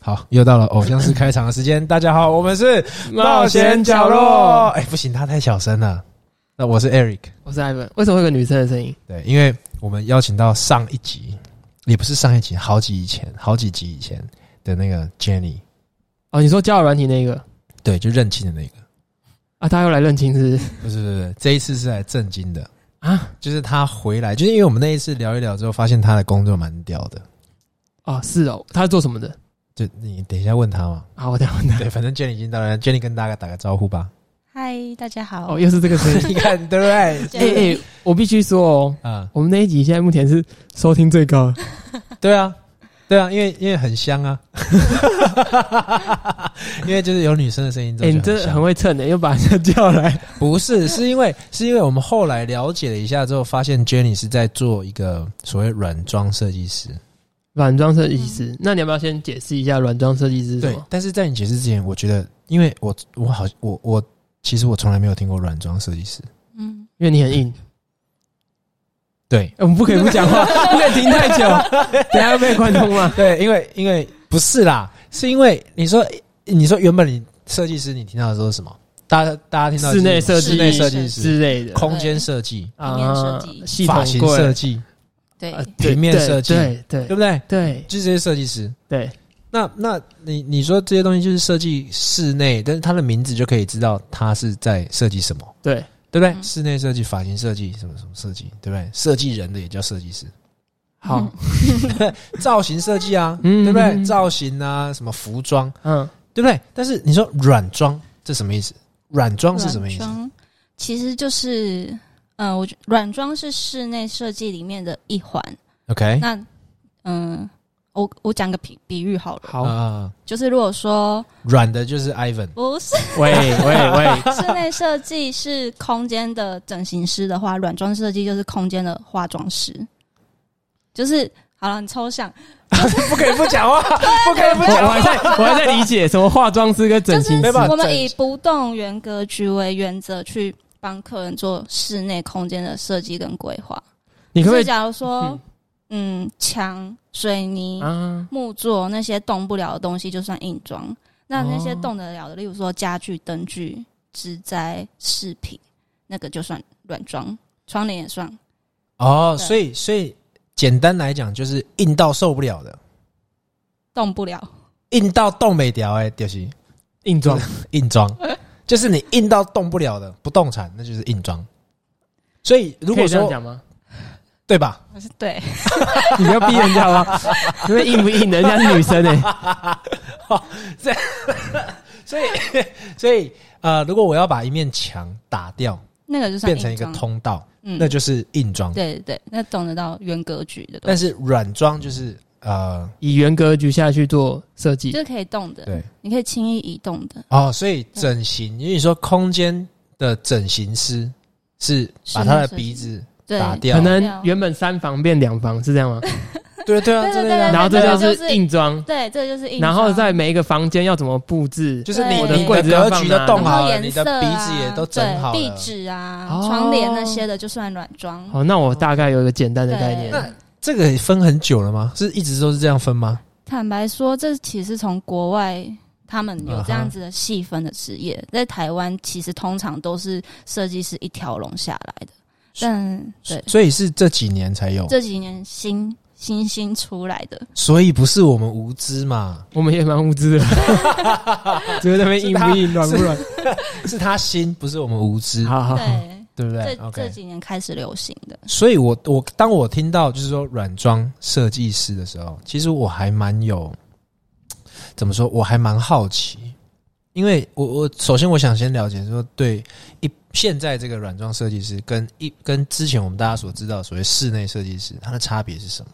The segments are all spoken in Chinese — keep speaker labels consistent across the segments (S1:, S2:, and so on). S1: 好，又到了偶像式开场的时间。大家好，我们是冒险角落。哎、不行，他太小声了。那我是 Eric。
S2: 我是艾文。为什么会有个女生的声音？
S1: 对，因为我们邀请到上一集，也不是上一集，好几以前，好几集以前的那个 Jenny，
S2: 哦，你说交友软体那个
S1: 对，就认亲的那个。
S2: 啊？他又来认亲是不是
S1: 不是不是，不是这一次是来震惊的，
S2: 啊？
S1: 就是他回来，就是因为我们那一次聊一聊之后，发现他的工作蛮屌的。
S2: 哦，是哦，他是做什么的？
S1: 就你等一下问他嘛。
S2: 啊，我等一下问他。
S1: 对，反正 Jenny 已经到了，Jenny 跟大家打个招呼吧。
S3: 嗨，大家好。
S2: 哦，又是这个声 音。
S1: 你看对不对？
S2: 哎哎、
S3: 对
S2: 我必须说哦，
S1: 啊、
S2: 我们那一集现在目前是收听最高的。
S1: 对啊，对啊，因为因为很香啊， 因为就是有女生的声音之
S2: 哎、
S1: 后就
S2: 你
S1: 香，
S2: 真的很会蹭的、又把人家叫来。
S1: 不是，是因为是因为我们后来了解了一下之后，发现 Jenny 是在做一个所谓软装设计师。
S2: 软装设计师，那你要不要先解释一下软装设计师是
S1: 嗯
S2: 什
S1: 对
S2: 么，？
S1: 但是在你解释之前，我觉得，因为我我好我我其实我从来没有听过软装设计师。
S3: 嗯，
S2: 因为你很硬，
S1: 对
S2: 哎我们不可以不 讲话，不可以停太久， 等一下要被关通吗？
S1: 对，因为因为不是啦，是因为你说你说原本你设计师你听到的都是什么？大家大家听到的是
S2: 室内设计
S1: 室内设计师、
S2: 之类的
S1: 空间设计、
S3: 平面设计
S2: 啊系统
S1: 发型
S2: 柜
S1: 设计，
S3: 对，
S2: 啊
S1: 平
S2: 对
S1: 面
S2: 对
S1: 设计
S2: 对对
S1: 对不对？
S2: 对
S1: 就是这些设计师。
S2: 对，
S1: 那那你你说这些东西就是设计室内，但是它的名字就可以知道它是在设计什么，
S2: 对，
S1: 对不对？
S3: 嗯
S1: 室内设计、发型设计，什么什么设计，对不对？设计人的也叫设计师，
S2: 好，
S1: 造型设计啊，
S2: 嗯
S1: 对不
S2: 嗯
S1: 对？造型啊，什么服装，
S2: 嗯，
S1: 对不对？但是你说软装，这什么意思？软装是什么意思？
S3: 装其实就是，嗯、我觉软装是室内设计里面的一环。
S1: OK，
S3: 那，嗯、我我讲个比比喻好了，
S1: 啊、
S2: 好，
S3: 就是如果说
S1: 软的就是 Ivan，
S3: 不是
S2: 喂喂 喂，
S3: 室内设计是空间的整形师的话，软装设计就是空间的化妆师。就是好了，很抽象，
S1: 不可以不讲 话，不可以不
S2: 我我还在我还在理解什么化妆师跟整形
S1: 没
S2: 师
S1: 办法
S3: 我们
S1: 整
S3: 以不动元格局为原则去帮客人做室内空间的设计跟规划。
S2: 你可不可
S3: 就
S2: 以
S3: 假如说，嗯，墙、水泥、
S2: 啊？
S3: 木作那些动不了的东西，就算硬装。那那些
S2: 哦
S3: 动得了的，例如说家具、灯具、植栽、饰品，那个就算软装，窗帘也算。
S1: 哦，
S3: 对
S1: 所以所以简单来讲，就是硬到受不了的，
S3: 动不了，
S1: 硬到动没掉哎，就是
S2: 硬装
S1: 硬装，就是你硬到动不了的不动产，那就是硬装。所以如
S2: 可
S1: 果
S2: 以这样
S1: 说
S2: 讲吗？
S1: 对吧？
S3: 对，
S2: 你不要逼人家吗？ 因为硬不硬的，人家是女生哎，
S1: 所以所以呃，如果我要把一面墙打掉，
S3: 那个就算
S1: 变成一
S3: 硬
S1: 个
S3: 装，
S1: 通道，
S3: 嗯
S1: 那就是硬装。
S3: 对对对，那懂得到原格局的东
S1: 但
S3: 西，
S1: 是软装就是呃，
S2: 以原格局下去做设计
S3: 就，是可以动的，
S1: 对
S3: 你可以轻易移动的，
S1: 哦，所以整形，因为你说空间的整形师是把他的鼻子
S3: 对，
S1: 打掉
S2: 可，能原本三房变两房是这样吗？
S1: 对对啊，
S3: 对对
S1: 真的
S3: 对
S1: 啊
S3: 对
S2: 然后这就是
S3: 对
S2: 硬装，
S3: 对，这就是硬
S2: 然
S3: 装。
S2: 后在每一个房间要怎么布置，
S1: 就是你
S3: 对
S1: 你
S2: 我的柜
S1: 的
S2: 子要
S1: 格
S2: 放
S1: 局
S2: 哪
S1: 都
S2: 里
S1: 动好
S3: 然
S1: 了，
S3: 后
S1: 你
S3: 颜
S1: 的
S3: 色
S1: 鼻
S3: 啊
S1: 子也都整好了，
S3: 对壁纸啊、
S2: 哦
S3: 窗帘那些的就算软装。
S2: 好，那我大概有一个简单的概念。
S3: 对，
S1: 这个分很久了吗？是一直都是这样分吗？
S3: 坦白说，这其实从国外他们有
S1: 嗯
S3: 这样子的细分的职业，在台湾其实通常都是设计师一条龙下来的，但对
S1: 所以是哦这几年才有，
S3: 这几年新新兴出来的，
S1: 所以不是我们无知嘛，
S2: 我们也蛮无 知的，只是那边硬不硬、软不软。
S1: 是他心，不是我们无知，
S2: 好好好，
S3: 对，
S1: 对不对
S3: 这这
S1: ？OK。
S3: 几年开始流行的，
S1: 所以我，我当我听到就是说软装设计师的时候，其实我还蛮有怎么说，我还蛮好奇，因为我我首先我想先了解说，对一现在这个软装设计师跟一跟之前我们大家所知道的所谓室内设计师，它的差别是什么？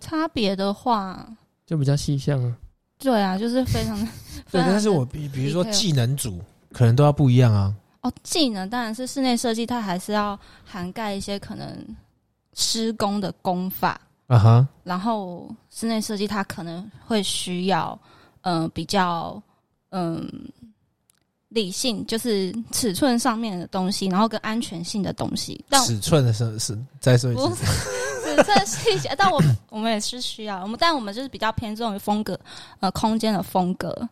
S3: 差别的话，
S2: 就比较细项啊。
S3: 对啊，就是 非常非
S1: 对，啊
S3: 常
S1: 但是我比比如说
S3: detail
S1: 技能组可能都要不一样啊。
S3: 哦，技能当然是室内设计，它还是要涵盖一些可能施工的工法，
S1: 啊哈，
S3: 然后室内设计它可能会需要，嗯、比较嗯、理性，就是尺寸上面的东西，然后跟安全性的东西。但
S1: 尺寸的是是再说一
S3: 不
S1: 次，
S3: 是算是一些，呃但我们 我们也是需要，我们但我们就是比较偏重于风格，呃，空间的风格，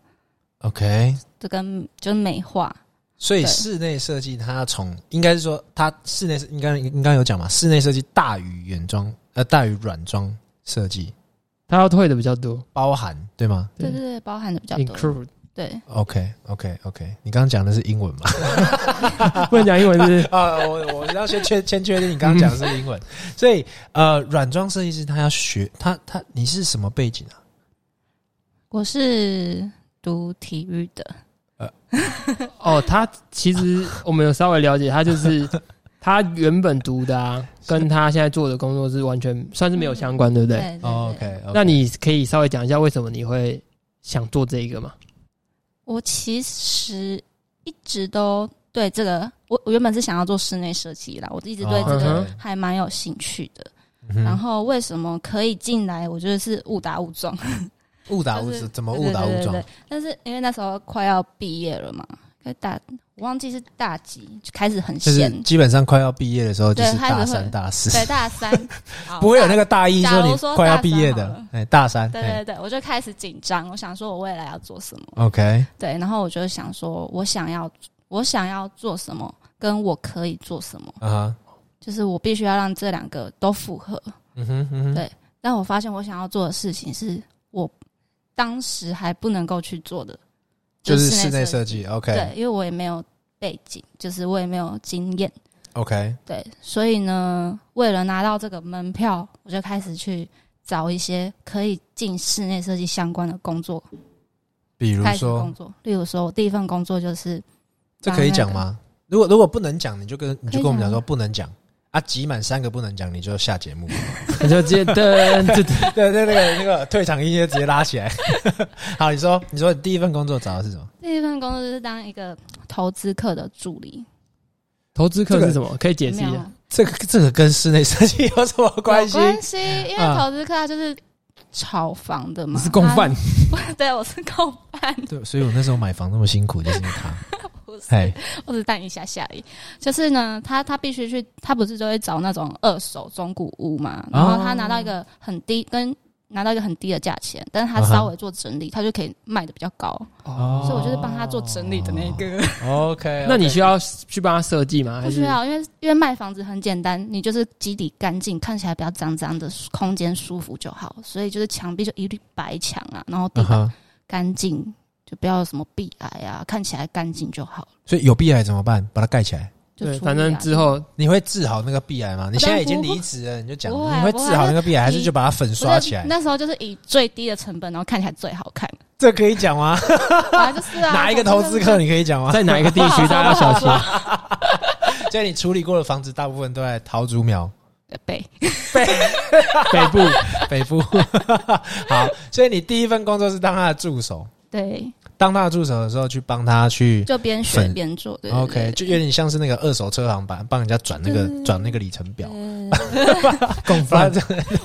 S1: OK，
S3: 这跟就是美化，
S1: 所以
S3: 对
S1: 室内设计它从应该是说它室内应该应该有讲嘛，室内设计大于原装呃大于软装设计
S2: 他要退的比较多
S1: 包含对吗
S2: 对
S3: 对对对，包含的比较多，
S2: ，include
S3: 对，
S1: ？OK OK OK，你刚刚讲的是英文嘛？
S2: 不能讲英文是不是
S1: 啊，我我要先确先确定你刚刚讲的是英文，所以呃，软装设计师他要学他他你是什么背景啊？
S3: 我是读体育的，
S2: 哦，他其实我们有稍微了解，他 就是他原本读的啊，跟他现在做的工作是完全算是没有相关，对不对？
S3: 对
S1: 哦
S3: 对
S1: OK，
S2: 那你可以稍微讲一下为什么你会想做这 个吗？
S3: 我其实一直都对这个，我我原本是想要做室内设计啦，我一直对这
S2: 哦
S3: 个
S2: 嗯哼
S3: 还蛮有兴趣的。
S1: 嗯
S3: 然后为什么可以进来？我觉得是误打误撞，
S1: 误打误
S3: 就是
S1: 撞怎么误打误
S3: 对对对
S1: 撞
S3: 对？但是因为那时候快要毕业了嘛，可以大我忘记是大几就开始很
S1: 就是
S3: 闲，
S1: 基本上快要毕业的时候，就
S3: 对
S1: 是
S3: 开始
S1: 大
S3: 会
S1: 三大四，
S3: 对大 三好
S1: 不会有那个大一
S3: 假
S1: 说
S3: 如
S1: 你
S3: 说
S1: 快要
S3: 大
S1: 毕
S3: 三
S1: 业
S3: 好
S1: 的
S3: 了，
S1: 哎，大三，
S3: 对
S1: 哎
S3: 对对，我就开始紧张，我想说我未来要做什么。
S1: ，OK，
S3: 对，然后我就想说，我想要我想要做什么，跟我可以做什么，
S1: 啊哈，
S3: 就是我必须要让这两个都符合。
S1: 嗯哼，嗯哼，
S3: 对但我发现我想要做的事情是我当时还不能够去做的，
S1: 就是室内
S3: 内
S1: 设
S3: 计。
S1: 计
S3: 对，因为我也没有背景，就是我也没有经验，
S1: ，OK，OK，
S3: 对，所以呢，为了拿到这个门票，我就开始去找一些可以进室内设计相关的工作，
S1: 比如
S3: 开始
S1: 说
S3: 工作。例如说，我第一份工作就是
S1: 这可以讲吗？如果如果不能讲，你就跟你
S3: 可
S1: 就
S3: 以
S1: 跟我们讲
S3: 讲啊
S1: 说
S3: 吗
S1: 不能讲啊，集满三个不能讲，你就下节目。
S2: 你就直接噔， 这
S1: 对对，那个那个退场音乐直接拉起来。 好，你说你说你第一份工作找的是什么？
S3: 第一份工作就是当一个投资客的助理，
S2: 投资客是什么？可以解啊释
S3: 没
S2: 一
S3: 有啊
S2: 下。
S1: 这个这个跟室内设计有什么关
S3: 有
S1: 系？
S3: 关系，因为
S1: 啊
S3: 投资客他就是炒房的
S2: 你
S3: 嘛，
S2: 是共犯，
S3: 他， 对，我是共犯，
S1: 对，所以我那时候买房那么辛苦，就是因为 他。
S3: 不是，
S1: 哎，
S3: 我只带你一下下而已。就是呢，他他必须去，他不是都会找那种二手中古屋嘛，然后他拿到一个很低，跟拿到一个很低的价钱，但是他
S1: 啊哈
S3: 稍微做整理，他就可以卖的比较高，
S1: 哦
S3: 所以我就是帮他做整理的那一个。
S1: OK，
S2: 那你需要去帮他设计吗？还
S3: 不
S2: 是
S3: 需要，因为因为卖房子很简单，你就是基底干净，看起来比较脏脏的，空间舒服就好。所以就是墙壁就一律白墙啊，然后地
S1: 嗯
S3: 板
S1: 哼，
S3: 干净，就不要有什么壁癌啊，看起来干净就好。
S1: 所以有壁癌怎么办？把它盖起来。
S3: 就
S2: 对，
S3: 处理啊
S2: 反正之后
S1: 你会治好那个壁癌吗？你现在已经离职了，你就讲
S3: 不会啊
S1: 你会治好那个壁癌，还是就把它粉
S3: 不是
S1: 刷起来？
S3: 那时候就是以最低的成本，然后看起来最好看。
S1: 这可以讲 吗？
S3: 啊，就是啊，
S1: 哪一个投资客你可以讲吗？
S2: 在哪一个地区大家要小心？
S1: 就你处理过的房子，大部分都在桃竹 苗
S3: 背？
S2: 北部
S1: 北部。 好，所以你第一份工作是当他的助手，
S3: 对，
S1: 当他的助手的时候去帮他去。
S3: 就边学
S1: 粉
S3: 边做。对
S1: OK，就有点像是那个二手车行版，帮人家转那个
S3: 对
S1: 转那个里程 表。
S2: 共
S1: 不然
S2: 犯
S1: 这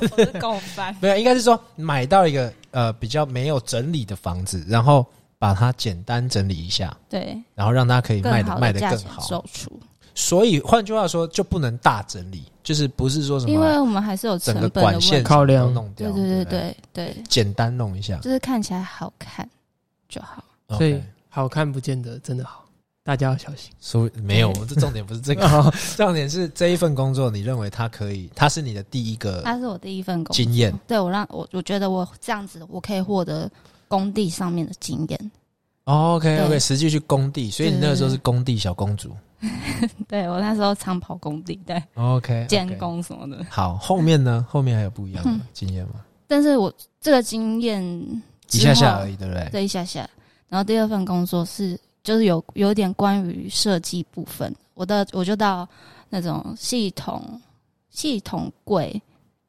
S3: 我是共犯。
S1: 没有，应该是说买到一个呃比较没有整理的房子，然后把它简单整理一下，
S3: 对，
S1: 然后让它可以卖
S3: 更
S1: 的
S3: 好
S1: 卖的
S3: 价
S1: 更
S3: 钱
S1: 好。
S3: 售出，
S1: 所以换句话说，就不能大整理，就是不是说什
S3: 因为
S1: 么
S3: 我们还是有
S1: 整
S3: 成本
S1: 个
S3: 的问
S1: 管
S3: 题
S1: 线。
S2: 考量
S1: 什么都弄掉，
S3: 对
S1: 对
S3: 对对
S1: 不，
S3: 对对，
S1: 简单弄一下。
S3: 就是看起来好看就好。
S2: 所以
S1: OK
S2: 好看不见得真的好，大家要小 心。
S1: 所以没有，这重点不是这个，
S2: 哦
S1: 重点是这一份工作，你认为它可以，它是你的第一个
S3: 它是我第一份工作，
S1: 经验
S3: 对我让我我觉得我这样子，我可以获得工地上面的经验。
S1: 哦，OK，OK。OK OK，
S3: 对
S1: 实际去工地，所以你那个时候是工地小公主。
S3: 对我那时候常跑工地，对
S1: OK，
S3: 监。工什么的。
S1: 好，后面呢？后面还有不一样的
S3: 嗯
S1: 经验吗？
S3: 但是我这个经验
S1: 一下下
S3: 已。
S1: 而已，对不对？
S3: 这一下下。然后第二份工作是就是有有点关于设计部分，我的我就到那种系统系统柜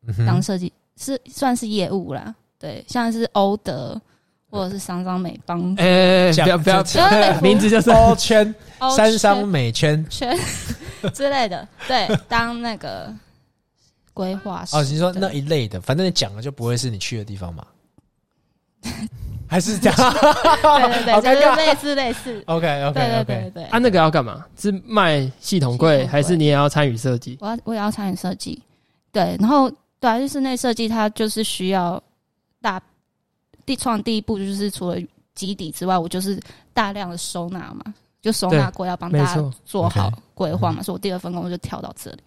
S1: 嗯
S3: 当
S1: 哼，
S3: 设计、是算是业务啦，对，像是欧德或者是商商美邦，
S2: 哎，哎哎不要
S1: 讲
S2: 不 要，
S1: 这
S3: 就是美服
S2: 名字就是
S1: 包圈
S3: 欧
S1: 三
S3: 圈
S1: 商美圈
S3: 哦圈 之类的，对，当那个规划师
S1: 哦，你说
S3: 对
S1: 那一类的，反正你讲了就不会是你去的地方 嘛，还是这样？
S3: 对
S1: 好
S3: 对
S1: 尴
S3: 对，就是
S1: 尬。
S3: 类似类似，
S1: OK
S3: 对
S1: OK
S3: 对
S1: OK，
S3: 对对。
S2: 啊，那个要干嘛？是卖系统
S3: 系
S2: 柜，
S3: 统柜
S2: 还是你也要参与设计？
S3: 我要我也要参与设计，对，然后对啊，就室内设计它就是需要大地创第一步就是除了基底之外，我就是大量的收纳嘛，就收纳
S2: 对
S3: 过要帮
S2: 没
S3: 大家
S2: 错。
S3: 做好
S1: OK 嗯
S3: 规划嘛，所以我第二份工作就跳到这里。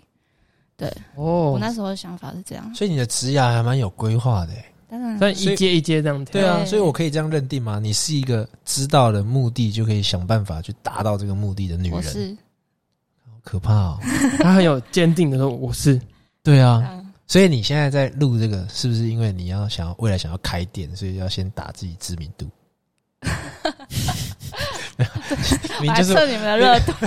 S3: 我
S2: 哦，
S3: 那时候的想法是这样，
S1: 所以你的职涯还蛮有规划的欸、
S3: 当然
S2: 但一阶一阶这样跳。
S1: 对啊，
S3: 对
S1: 所以我可以这样认定吗？你是一个知道了目的就可以想办法去达到这个目的的女
S3: 我
S1: 人，
S3: 是
S1: 好可怕哦！
S2: 他很有坚定的说我是，
S1: 对啊，
S3: 嗯，
S1: 所以你现在在录这个，是不是因为你要想要未来想要开店，所以要先打自己知名 度？
S3: 我
S1: 你
S3: 还
S1: 就是
S3: 测你们的热度，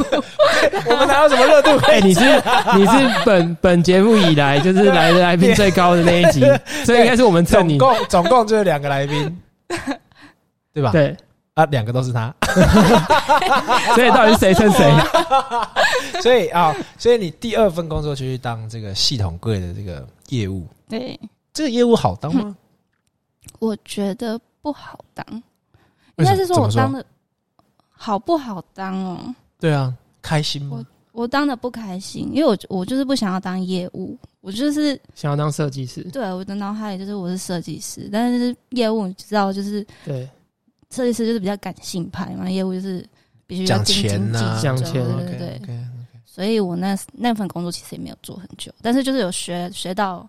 S1: 我们哪有什么热度？
S2: 哎、你是 你是本 本节目以来就是来的来宾最高的那一 集，所以应该是我们蹭
S1: 总
S2: 你。
S1: 共总共就是两个来宾， 对吧？
S2: 对，
S1: 啊，两个都是他，
S2: 所以到底是谁蹭谁？
S1: 所以啊、所以你第二份工作就去当这个系统柜的这个业务，
S3: 对，
S1: 这个业务好当
S3: 嗯
S1: 吗？
S3: 我觉得不好当，
S1: 为
S3: 应
S1: 什么
S3: 该是说我
S1: 怎么
S3: 当的好不好当哦，
S1: 对啊，开心吗？
S3: 我当的不开心，因为我我就是不想要当业务，我就是
S2: 想要当设计师，
S3: 对，啊我的脑海里就是我是设计师，但是业务你知道，就是
S2: 对，
S3: 设计师就是比较感性派嘛，业务就是必须要
S1: 讲
S3: 斤斤
S1: 钱
S3: 计
S1: 呐
S2: 讲
S3: 较，
S2: 钱
S3: 对
S1: OK，
S3: 对对。
S1: OK
S3: 所以我那那份工作其实也没有做很久，但是就是有学学到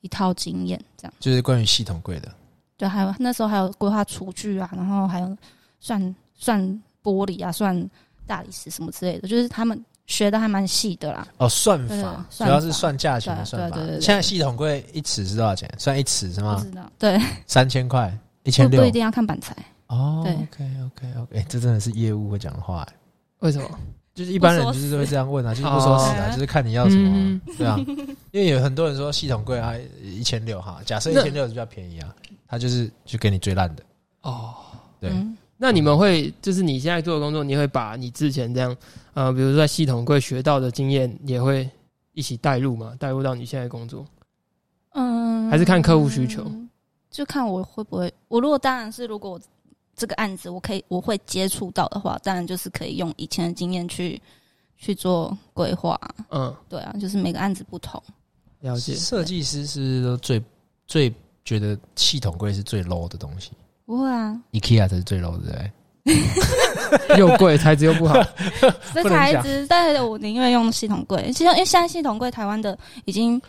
S3: 一套经验，这样
S1: 就是关于系统柜的，
S3: 对。还有那时候还有规划厨具啊，然后还有算算玻璃啊，算大理石什么之类的，就是他们学的还蛮细的啦。
S1: 哦，算
S3: 对
S1: 法主
S3: 算
S1: 要是
S3: 法
S1: 算价钱的
S3: 对
S1: 算法
S3: 对对。对对
S1: 现在系统柜一尺是多少钱？算一尺是
S3: 不
S1: 吗
S3: 知？道，对，
S1: 三千块，一
S3: 不
S1: 啊千
S3: 不
S1: 六
S3: 一。定要看板材，
S1: 哦
S3: 对
S1: ，OK OK OK，哎，这真的是业务会讲的话，哎
S2: 为什么？
S1: 就是一般人
S3: 不
S1: 就
S3: 说死
S1: 是会这样问啊，就是不说死啊，
S3: 哦
S1: 就是看你要什么
S2: 嗯
S1: 啊，对啊。因为有很多人说系统柜啊一千六哈，假设一
S2: 那
S1: 千六比较便宜啊，他就是就给你最烂的。
S2: 哦，
S1: 对
S3: 嗯，
S2: 那你们会就是你现在做的工作，你会把你之前这样呃，比如说在系统柜学到的经验，也会一起带入嘛？带入到你现在的工作？
S3: 嗯，
S2: 还是看客户需求，
S3: 就看我会不会。我如果当然是如果我这个案子我可以我会接触到的话，当然就是可以用以前的经验去去做规划。
S2: 嗯，
S3: 对啊，就是每个案子不同。
S2: 了解。
S1: 设计师是不是都最最觉得系统柜是最 low 的东西
S3: 不会啊，
S1: ？IKEA 才是最 low 的，对不对。
S2: 又贵，材质又不好。
S3: 这
S1: 不能
S3: 材
S1: 讲
S3: 质，但是我宁愿用系统柜。其实因为现在系统柜台湾的已经，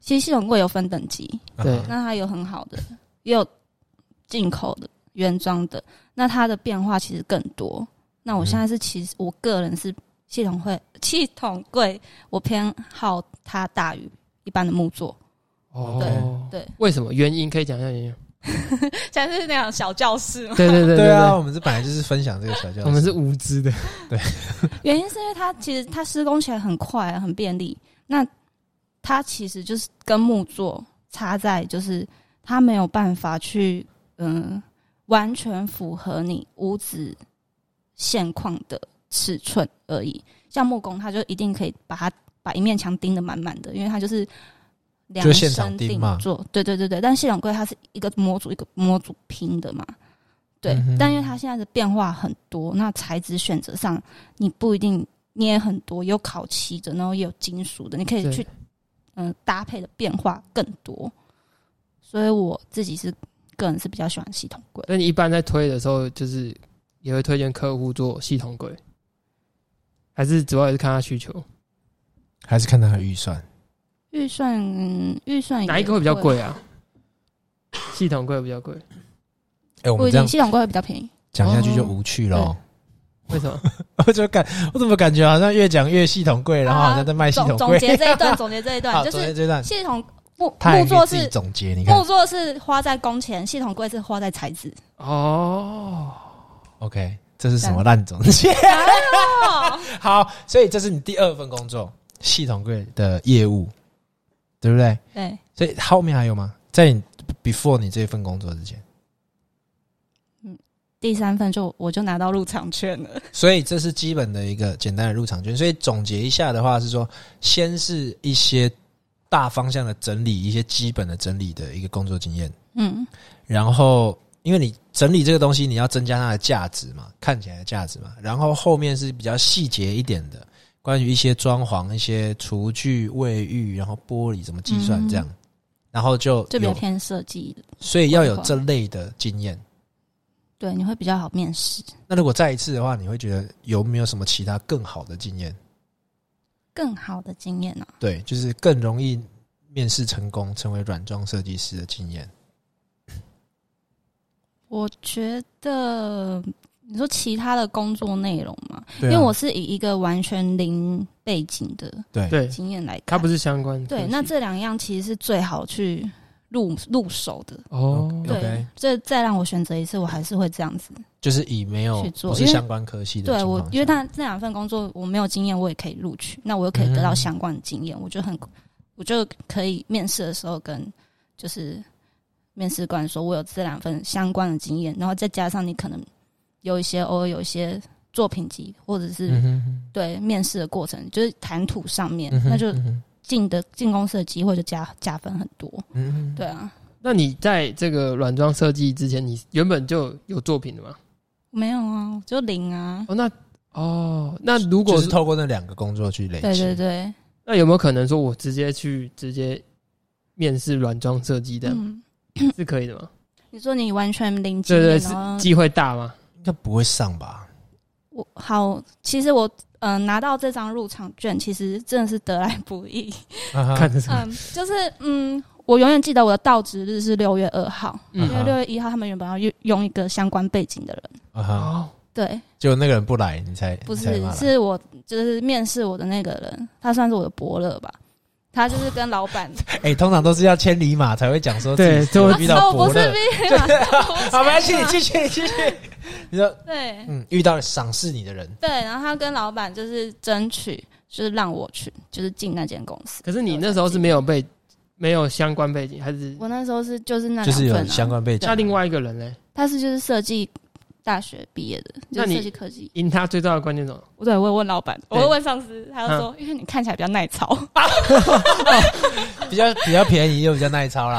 S3: 其实系统柜有分等级，
S2: 对
S1: 啊
S3: 那它有很好的，也有进口的、原装的，那它的变化其实更多。那我现在是其实我个人是系统会系统柜，我偏好它大于一般的木作。
S2: 哦，
S3: 对对，
S2: 为什么？原因可以讲一下原因。
S3: 现在是那种小教室嘛，
S2: 对对对
S1: 对啊，，我们是本来就是分享这个小教室，
S2: 对 我们是无知的。
S3: 原因是因为它其实它施工起来很快、很便利。那它其实就是跟木作差在，就是它没有办法去嗯、完全符合你屋子现况的尺寸而已。像木工，它就一定可以把它把一面墙钉得满满的，因为它就是量
S1: 就现场
S3: 身
S1: 钉
S3: 定
S1: 嘛
S3: 做。对对对对，但系统柜它是一个模组一个模组拼的嘛。对，
S1: 嗯哼
S3: 但因为它现在的变化很多，那材质选择上你不一定你也很多，有烤漆的，然后也有金属的，你可以
S2: 对
S3: 去嗯、呃搭配的变化更多。所以我自己是个人是比较喜欢系统柜。
S2: 那你一般在推的时候，就是也会推荐客户做系统柜，还是主要也是看他需求，
S1: 还是看他的预算。
S3: 预算嗯预算也
S2: 哪一个会比较？贵啊？
S3: 啊
S2: 系统柜比较贵，
S1: 哎，我
S3: 不
S1: 们
S3: 一
S1: 这
S3: 定，
S1: 样
S3: 系统柜会比 较便宜。
S1: 讲下去
S3: 哦
S1: 就无趣喽。
S2: 为什么？
S1: 我就感，我怎么感觉好像越讲越系统柜，然后好像在卖系
S3: 总
S1: 统
S3: 啊总
S1: 柜。
S3: 结这 一段，总结这一
S1: 好，
S3: 段就
S1: 总结
S3: 是
S1: 这段，
S3: 系统木
S1: 他
S3: 木
S1: 还可
S3: 作
S1: 以自己
S3: 是
S1: 总结，你看
S3: 木作是花在工钱，系统柜是花在材质。
S2: 哦，
S1: ，OK，这是什么烂总结？ 好，所以这是你第二份工作，系统柜的业务，对不对？
S3: 对，
S1: 所以后面还有吗？在你 before 你这份工作之前，
S3: 第三份就我就拿到入场券了。
S1: 所以这是基本的一个简单的入场券。所以总结一下的话是说，先是一些大方向的整理，一些基本的整理的一个工作经验，
S3: 嗯，
S1: 然后因为你整理这个东西，你要增加它的价值嘛，看起来的价值嘛，然后后面是比较细节一点的，关于一些装潢、一些厨具、卫浴，然后玻璃怎么计算
S3: 嗯
S1: 这样。然后就
S3: 就比较
S1: 有，
S3: 偏设计，
S1: 所以要有这类的经验。
S3: 对，你会比较好面试。
S1: 那如果再一次的话，你会觉得有没有什么其他更好的经验？
S3: 更好的经验啊呢、
S1: 对，就是更容易面试成功，成为软装设计师的经验。
S3: 我觉得你说其他的工作内容嘛，
S1: 对啊、
S3: 因为我是以一个完全零背景的
S1: 对
S2: 对，
S3: 经验来
S2: 它
S3: 看，
S2: 不是相关科
S3: 对，
S2: 系。
S3: 那这两样其实是最好去入入手的。
S2: 哦，
S1: OK
S3: 对，这再让我选择一次，我还是会这样子。
S1: 就是以没有
S3: 去做
S1: 不是
S3: 因为
S1: 相关科系的
S3: 对
S1: 情况
S3: 我
S1: 下，
S3: 因为那那两份工作我没有经验，我也可以录取，那我又可以得到
S1: 嗯
S3: 相关的经验，我就很我就可以面试的时候跟就是面试官说我有这两份相关的经验，然后再加上你可能有一些偶尔有一些作品集或者是、
S1: 嗯哼哼
S3: 对面试的过程，就是谈吐上面，
S1: 嗯哼，
S3: 那就
S1: 嗯哼
S3: 进的进公司的机会就加加分很多。
S1: 嗯哼
S3: 对啊，
S2: 那你在这个软装设计之前，你原本就有作品的吗？
S3: 没有啊，我就零啊。
S2: 哦，那哦，那如果
S1: 就是透过那两个工作去累积。
S3: 对对对，
S2: 那有没有可能说我直接去直接面试软装设计的，
S3: 嗯，
S2: 是可以的吗？
S3: 你说你完全零经
S2: 对对，
S3: 验，
S2: 是
S3: 然后
S2: 机会大吗？
S1: 应该不会上吧？
S3: 我好，其实我嗯、呃拿到这张入场券，其实真的是得来不易。
S1: 啊
S2: 啊看着什么？
S3: 嗯，就是嗯，我永远记得我的到职日是六月二号，
S2: 嗯
S3: 因为六月一号他们原本要用用一个相关背景的人，
S1: 啊哈，
S2: 哦，
S3: 对，
S1: 结果那个人不来，你才
S3: 不
S1: 你才
S3: 是
S1: 骂，来
S3: 是我就是面试我的那个人，他算是我的伯乐吧。他就是跟老 板，
S1: 哎、通常都是要千里马才会讲说
S2: 对
S1: 自己有
S2: 就
S1: 遇到
S3: 哦
S1: 伯
S3: 不是
S1: 乐。
S3: 密码，
S1: 好，没关系，
S3: 我
S1: 你
S3: 不是
S1: 继续，你继续。你说，
S3: 对
S1: 嗯，遇到了赏识你的人，
S3: 对，然后他跟老板就是争取，就是让我去，就是进那间公司。
S2: 可是你那时候是没有被没有相关背景，还是
S3: 嗯我那时候是就是那
S1: 就
S3: 两
S1: 是有
S3: 份
S1: 相
S3: 啊，
S1: 关背景。
S2: 那另外一个人呢？
S3: 他是就是设计大学毕业的，就
S2: 那
S3: 是
S2: 你
S3: 设计科技。
S2: 赢他最重要的关键什么？
S3: 我对我也问老板，我
S2: 对嗯
S3: 会问上司，他就说因为你看起来比较耐操，
S1: 比较比较便宜又比较耐操啦。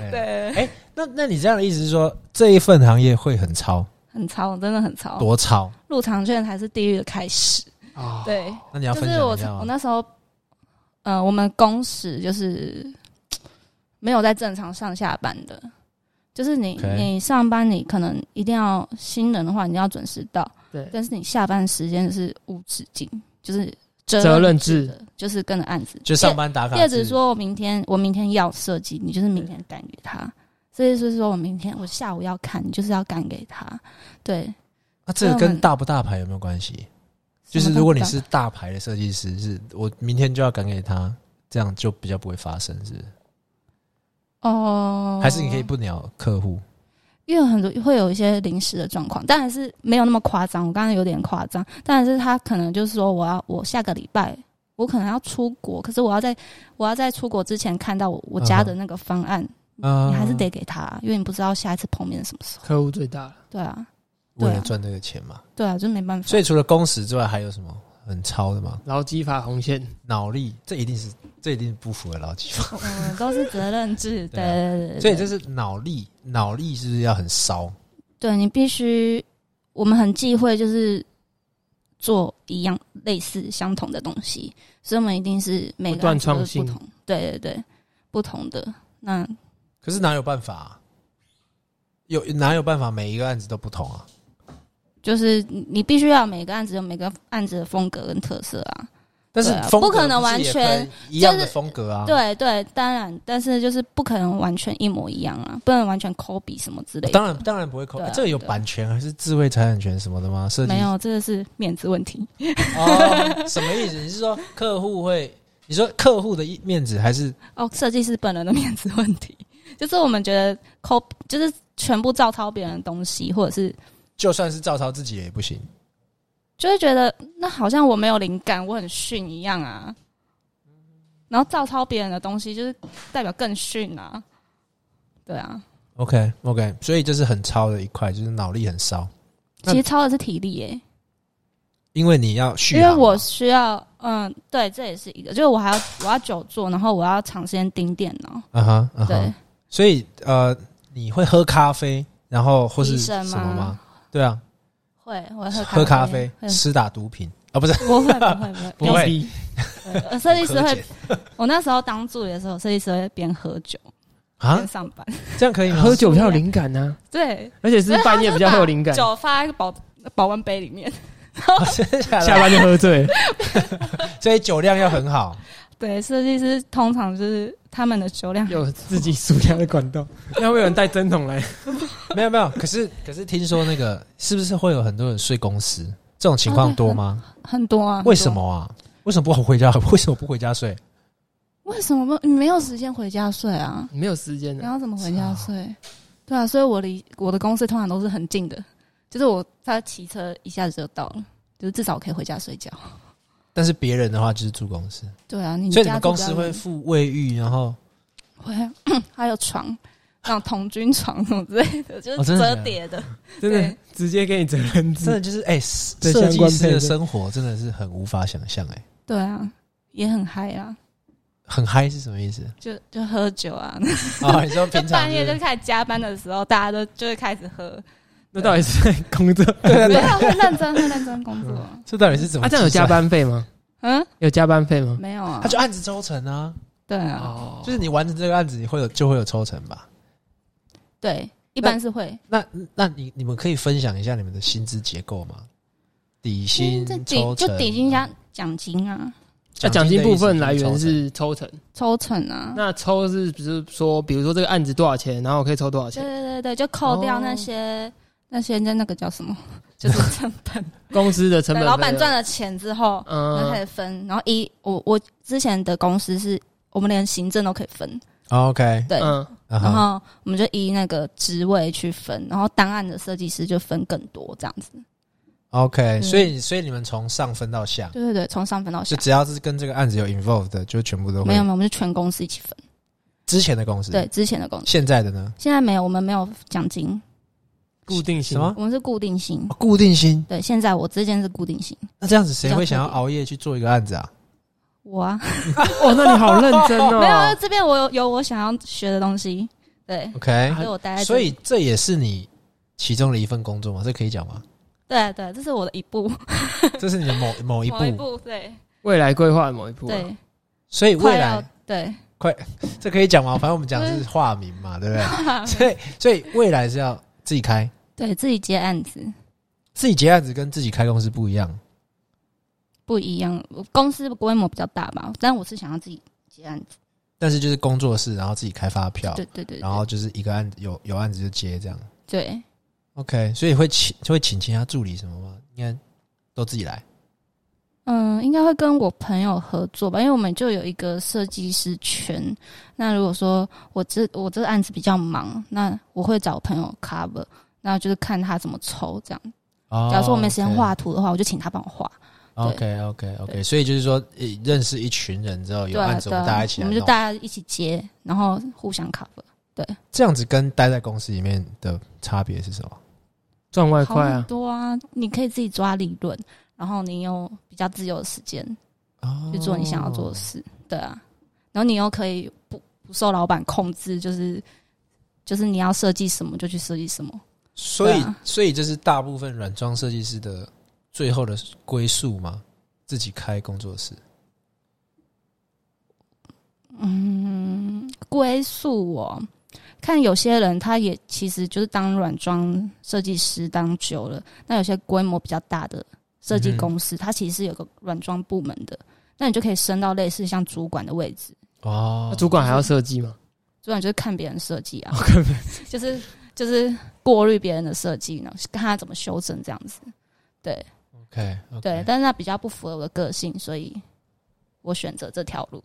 S1: 哎，
S3: 对，
S1: 那那你这样的意思是说，这一份行业会很超，
S3: 很操，真的很操。
S1: 多超？
S3: 入场券才是地狱的开始，
S2: 哦，
S3: 对。
S1: 那你要
S3: 就
S1: 分
S3: 是
S1: 享
S3: 我
S1: 一下
S3: 我
S1: 吗？
S3: 那时候，呃，我们工时就是没有在正常上下班的，就是你
S1: OK
S3: 你上班你可能一定要新人的话你要准时到，
S2: 对，
S3: 但是你下班时间是无止境，就是责
S2: 责任
S3: 制
S2: 制
S3: 的，就是跟着案子
S1: 就上。班打卡
S3: 业
S1: 制。
S3: 业主说我明天我明天要设计，你就是明天赶给他。所以就是说我明天我下午要看，你就是要赶给他。对，
S1: 那、啊这个跟大不大牌有没有关系？就是如果你
S3: 什
S1: 是
S3: 么
S1: 大牌的设计师，是我明天就要赶给他，这样就比较不会发生，是不是？
S3: 都哦，
S1: 还是你可以不鸟客户？
S3: 因为有很多会有一些临时的状况，当然是没有那么夸张。我刚刚有点夸张，但是他可能就是说，我要我下个礼拜我可能要出国，可是我要在我要在出国之前看到我我家的那个方案，
S1: 啊、
S3: 你还是得给他、因为你不知道下一次碰面什么时候。
S2: 客户最大了。
S3: 对啊，
S1: 为了赚这个钱嘛。
S3: 对啊，就没 办法。
S1: 所以除了工时之外，还有什么很超的吗？
S2: 劳基法红线，
S1: 脑力，这一定是这一定不符合劳基法。
S3: 我们哦都是责任制，
S1: 对
S3: 对
S1: 啊
S3: 对对对。
S1: 所以就是脑力，脑力是不是要很烧？
S3: 对你必须，我们很忌讳就是做一样类似相同的东西，所以我们一定是每个
S2: 不断
S3: 案子都
S2: 创
S3: 是
S2: 新
S3: 不同，对对对，不同的。那
S1: 可是哪有办法啊、有哪有办法？每一个案子都不同啊。
S3: 就是你你必须要有每个案子有每个案子的风格跟特色啊，
S1: 但是
S3: 对啊
S1: 风格
S3: 不可能
S1: 是
S3: 完
S1: 也
S3: 全
S1: 一样的
S3: 就是
S1: 风格啊。
S3: 对对，当然，但是就是不可能完全一模一样啊，不能完全 copy 什么之类的。
S1: 哦当然，当然不会扣、
S3: 对啊
S1: 这个有
S3: 对啊
S1: 版权还是智慧财产权什么的吗？设计
S3: 没有，这个是面子问题。
S1: 哦，什么意思？你是说客户会？你说客户的面子还是
S3: 哦，设计师本人的 面子问题，就是我们觉得 copy 就是全部照抄别人的东西，或者是
S1: 就算是照抄自己也不行？
S3: 就会觉得那好像我没有灵感，我很逊一样啊。然后照抄别人的东西，就是代表更逊啊。对啊，
S1: OK OK，所以这是很超的一块，就是脑力很烧，那
S3: 其实抄的是体力耶、
S1: 因为你要续
S3: 因
S1: 航嘛。
S3: 为我需要，嗯，对，这也是一个，就是我还要我要久坐，然后我要长时间盯电脑，
S1: 啊哈啊
S3: 对
S1: 哈，，所以呃，你会喝咖啡，然后或是
S3: 提神
S1: 什
S3: 吗
S1: 么吗？对啊，
S3: 会我会
S1: 喝咖
S3: 咖
S1: 啡
S3: 啡，，嗯
S1: 吃打毒品啊，不是
S3: 会我会不会 不
S1: 不
S3: 会
S1: 会
S2: 逼
S3: 对，呃设计师
S1: 喝
S3: 会
S1: 酒，
S3: 我那时候当助理的时候，设计师会边喝酒，
S1: 啊
S3: 边，上班。
S1: 这样可以吗？
S2: 喝酒比较有灵感呢、
S3: 对，
S2: 而且是半夜比较会有灵 感，
S3: 酒放在保保温杯里面。
S1: 真的假
S2: 下
S1: 的？
S2: 班就喝醉。
S1: 所以酒量要很好。
S3: 对，设计师通常就是他们的酒量
S2: 有自己属下的管道， 要会有人带针筒来，
S1: 没有没有，可是可是听说那个是不是会有很多人睡公司？这种情况多吗？
S3: 很多啊。很多
S1: 为什？么啊？为什么不回家？ 为什么不回家睡？
S3: 为什么不？你没有时间回家睡啊？
S2: 没有时间
S3: 你
S2: 的。
S3: 要怎么回家睡？对啊，所以我离我的公司通常都是很近的，就是我他骑车一下子就到了，就是至少我可以回家睡觉。
S1: 但是别人的话就是住公司，
S3: 对啊，你
S1: 所以你
S3: 家
S1: 们
S3: 住
S1: 公
S3: 家
S1: 司
S3: 里
S1: 会付卫浴，然后
S3: 会 啊还有床，像童军床什么之类的，就
S1: 哦真的
S3: 是
S1: 假
S3: 折
S1: 的
S3: 叠的。
S2: 真的
S3: 对
S2: 直接给你责任
S1: 真
S2: 制，
S1: 的就是哎，
S2: 对
S1: 设
S2: 相
S1: 计
S2: 关
S1: 师
S2: 配
S1: 的
S2: 备
S1: 生活真的是很无法想象哎，
S3: 对啊，也很嗨啊，
S1: 很嗨是什么意 思？
S3: 就就喝 酒啊，
S1: 啊，你说
S3: 就
S1: 平常
S3: 半夜就开始加班的时候，大家都就会开始喝，
S2: 那到底是在工作？
S3: 没有会认真会认真工作啊，
S1: 这到底是怎么？
S2: 啊，这样有加？班费吗？
S3: 嗯，
S2: 有加班费吗？
S3: 没有啊
S1: 他，就按着抽成啊，
S3: 对啊，
S2: 哦，
S1: 就是你完成这个案子，你会有就会有抽成吧？
S3: 对，一般是会
S1: 那那你你们可以分享一下你们的薪资结构吗？底薪
S3: 这、底
S1: 抽
S3: 就
S1: 成
S2: 啊
S3: 底金加奖金啊，
S2: 那奖金部分来源是抽成，
S3: 抽成啊，
S2: 那抽是比如说，比如说这个案子多少钱，然后我可以抽多少
S3: 对
S2: 钱？
S3: 对对对，就扣掉
S2: 哦
S3: 那些、那些那那个 叫什么，就是成本，
S2: 公司的成
S3: 对，
S2: 本，啊
S3: 老板赚，了钱之后，然后开
S2: 嗯，
S3: 始分，然后一我我之前的公司是我们连行政都可以分，
S1: 哦 OK，啊
S3: 对，
S2: 嗯，
S1: 然
S3: 然后我们就依那个职位去分，然后档案的设计师就分更多这样子，
S1: OK，
S3: 嗯
S1: 所以所以你们从上分到下，
S3: 对对对，从上分到
S1: 就
S3: 下，
S1: 只要是跟这个案子有 involved 的，就全部都会。
S3: 没有没有，我们就全公司一起分，
S1: 之前的公司，
S3: 对，，之前的公司，
S1: 现在的呢？
S3: 现在没有，我们没有奖金，
S2: 固定型
S1: 什么
S3: 我们是固定薪，
S1: 哦固定薪？
S3: 对，现在我之间是固定薪，
S1: 那这样子谁
S3: 比
S1: 会
S3: 较
S1: 想要
S3: 特别
S1: 熬夜去做一个案子啊？
S3: 我啊，
S2: 哦，那你好认真
S3: 没有啊
S2: 哦，
S3: 这边我有有我想要学的东西，哎对，
S1: OK，
S3: 所以我待在这
S1: 所以这也是你其中的一份工作吗？这可以讲吗？
S3: 对对，这是我的一步，
S1: 这是你的某某一步
S3: 某，一步，对
S2: 未来规划的某一步啊，
S3: 对，
S1: 所以未
S3: 快要
S1: 来
S3: 对。
S1: 这可以讲吗？反正我们讲是化名嘛，对不对？所以所以未来是要自己开，
S3: 对自己接案子
S1: 自己结案子跟自己开公司不一样。
S3: 不一样，我公司规模比较大吧，但我是想要自己接案子。
S1: 但是就是工作室，然后自己开发票
S3: 对，对对，对
S1: 然后就是一个案子有有案子就接这样。
S3: 对
S1: OK，所以会请会请其他助理什么吗？应该都自己来。
S3: 嗯，应该会跟我朋友合作吧，因为我们就有一个设计师圈。那如果说我这我这个案子比较忙，那我会找朋友 cover，那就是看他怎么抽这样。
S1: 哦
S3: 假如说我没时间画图的话，我就请他帮我画。
S1: OK OK OK，所以就是说呃认识一群人之后
S3: 对
S1: 有
S3: 啊
S1: 案子，我
S3: 对
S1: 们大家
S3: 啊
S1: 一，起
S3: 我
S1: 来
S3: 们就
S1: 弄
S3: 大家一起接，然后互相 cover。
S1: 这样子跟待在公司里面的差别是什么？
S2: 赚外
S3: 好
S2: 快
S3: 很
S2: 啊，
S3: 多啊，你可以自己抓理论，然后你有比较自由的时间。
S1: 哦
S3: 去做你想要做的事，对啊。然后你又可以不不受老板控制，就是就是你要设计什么就去设计什么。
S1: 所以
S3: 对啊，
S1: 所以这是大部分软装设计师的最后的归宿吗？自己开工作室，
S3: 嗯，归宿我看有些人他也其实就是当软装设计师当久了，那有些规模比较大的设计
S1: 嗯哼
S3: 公司，它其实是有个软装部门的，那你就可以升到类似像主管的位置。
S1: 哦
S2: 那，主管还要设计吗？
S3: 主管就是 看别人设计啊，就是就是过滤别人的设计呢，看他怎么修正这样子。
S1: OK，
S3: 对，但是它比较不符合我的个性，所以我选择这条路。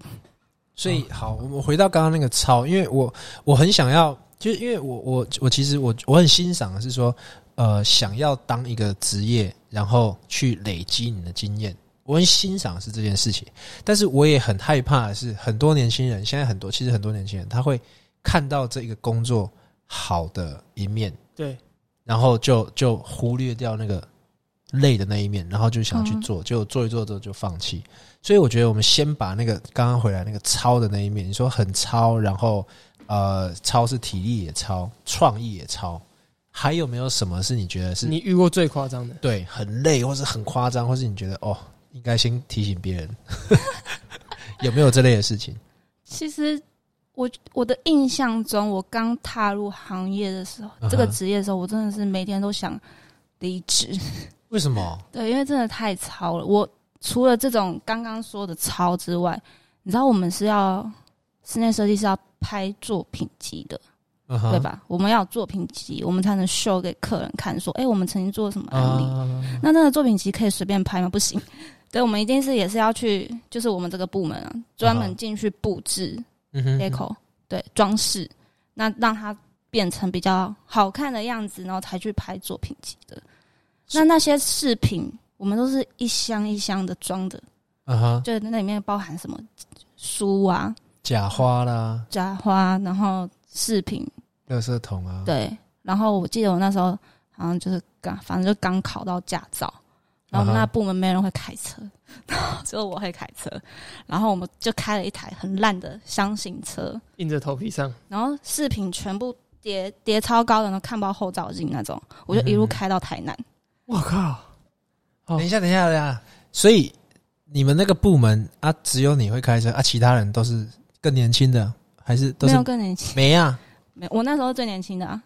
S1: 所以好，我们回到刚刚那个超，因为我我很想要，就是因为我我我其实我我很欣赏的是说，呃，想要当一个职业，然后去累积你的经验，我很欣赏的是这件事情，但是我也很害怕的是，很多年轻人现在很多其实很多年轻人他会看到这一个工作好的一面，
S2: 对，
S1: 然后就就忽略掉那个累的那一面，然后就想去
S3: 嗯
S1: 做，就做一做之后就放弃。所以我觉得我们先把那个刚刚回来那个超的那一面，你说很超，然后呃，超是体力也超，创意也超，还有没有什么是你觉得是
S2: 你遇过最夸张的？
S1: 对很累，或是很夸张，或是你觉得哦，应该先提醒别人，有没有这类的事情？
S3: 其实我我的印象中，我刚踏入行业的时候，这个
S1: 嗯哼
S3: 职业的时候，我真的是每天都想离职。
S1: 为什么？
S3: 对，因为真的太糙了。我除了这种刚刚说的糙之外，你知道我们是要室内设计是要拍作品集的，
S1: 嗯
S3: 对
S1: 哼，
S3: 吧？我们要有作品集，我们才能秀给客人看，说，哎、我们曾经做了什么案例。
S1: 啊，
S3: 那那个作品集可以随便拍吗？不行。 对，我们一定是也是要去，就是我们这个部门啊，专门进去布置
S1: 嗯哼
S3: deco，、对装饰，那让它变成比较好看的样子，然后才去拍作品集的。那那些饰品，我们都是一箱一箱的装的，
S1: 嗯哼，
S3: 就是那里面包含什么书啊、
S1: 假花啦，
S3: 杂花，然后饰品，
S1: 垃圾桶啊，
S3: 对。然后我记得我那时候好像就是刚，反正就刚考到驾照，然后我们
S1: 啊哈
S3: 那部门没人会开车，然后只有我会开车，然后我们就开了一台很烂的箱型车，
S2: 硬着头皮上，
S3: 然后饰品全部叠叠超高的，然后看不到后照镜那种，我就一
S1: 嗯
S3: 路开到台南。
S2: 我靠！
S1: 等一下，等一下，等一下。所以你们那个部门啊，只有你会开车啊，其他人都是更年轻的，还是都
S3: 没
S1: 是
S3: 有更年轻，
S1: 没啊？
S3: 没有我那时候最年轻的啊，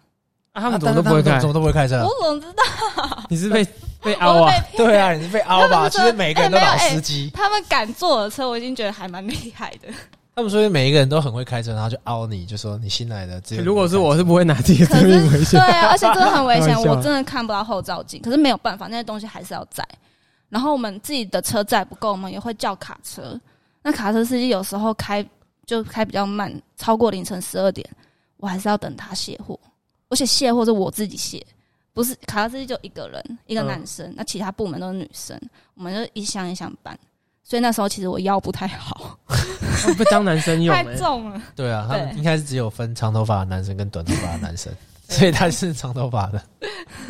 S2: 啊，他们
S1: 啊
S2: 怎么
S1: 但
S2: 都
S1: 是
S2: 不会
S1: 他们
S2: 开
S1: 怎？么都不会开车啊？
S3: 我怎么知道？
S2: 你是被被凹啊？
S1: 对啊，你是被凹吧？
S3: 他们
S1: 其
S3: 说
S1: 实每一个人都
S3: 哎没有
S1: 老司机，
S3: 他们敢坐我的车，我已经觉得还蛮厉害的。
S1: 他们说每一个人都很会开车，然后就凹你，就说你新来的。只有你
S2: 哎如果是
S1: 会
S2: 我，是不会拿自己的
S3: 可
S2: 生命危
S3: 是 对
S2: 险。
S3: 啊，而且真的很危
S2: 开
S3: 险，
S2: 玩笑
S3: 我真的看不到后照镜。可是没有办法，那些东西还是要载。然后我们自己的车载不够，我们也会叫卡车。那卡车司机有时候开就开比较慢，超过凌晨十二点，我还是要等他卸货。而且卸货是我自己卸，不是卡车司机就一个人，一个
S2: 嗯
S3: 男生，那其他部门都是女生，我们就一箱一箱搬。所以那时候其实我腰不太好，
S2: 我被当男生用
S3: 太
S2: 欸，
S3: 重了。
S1: 开对啊，他们
S3: 对
S1: 应该是只有分长头发的男生跟短头发的男 生，所以他是长头发的。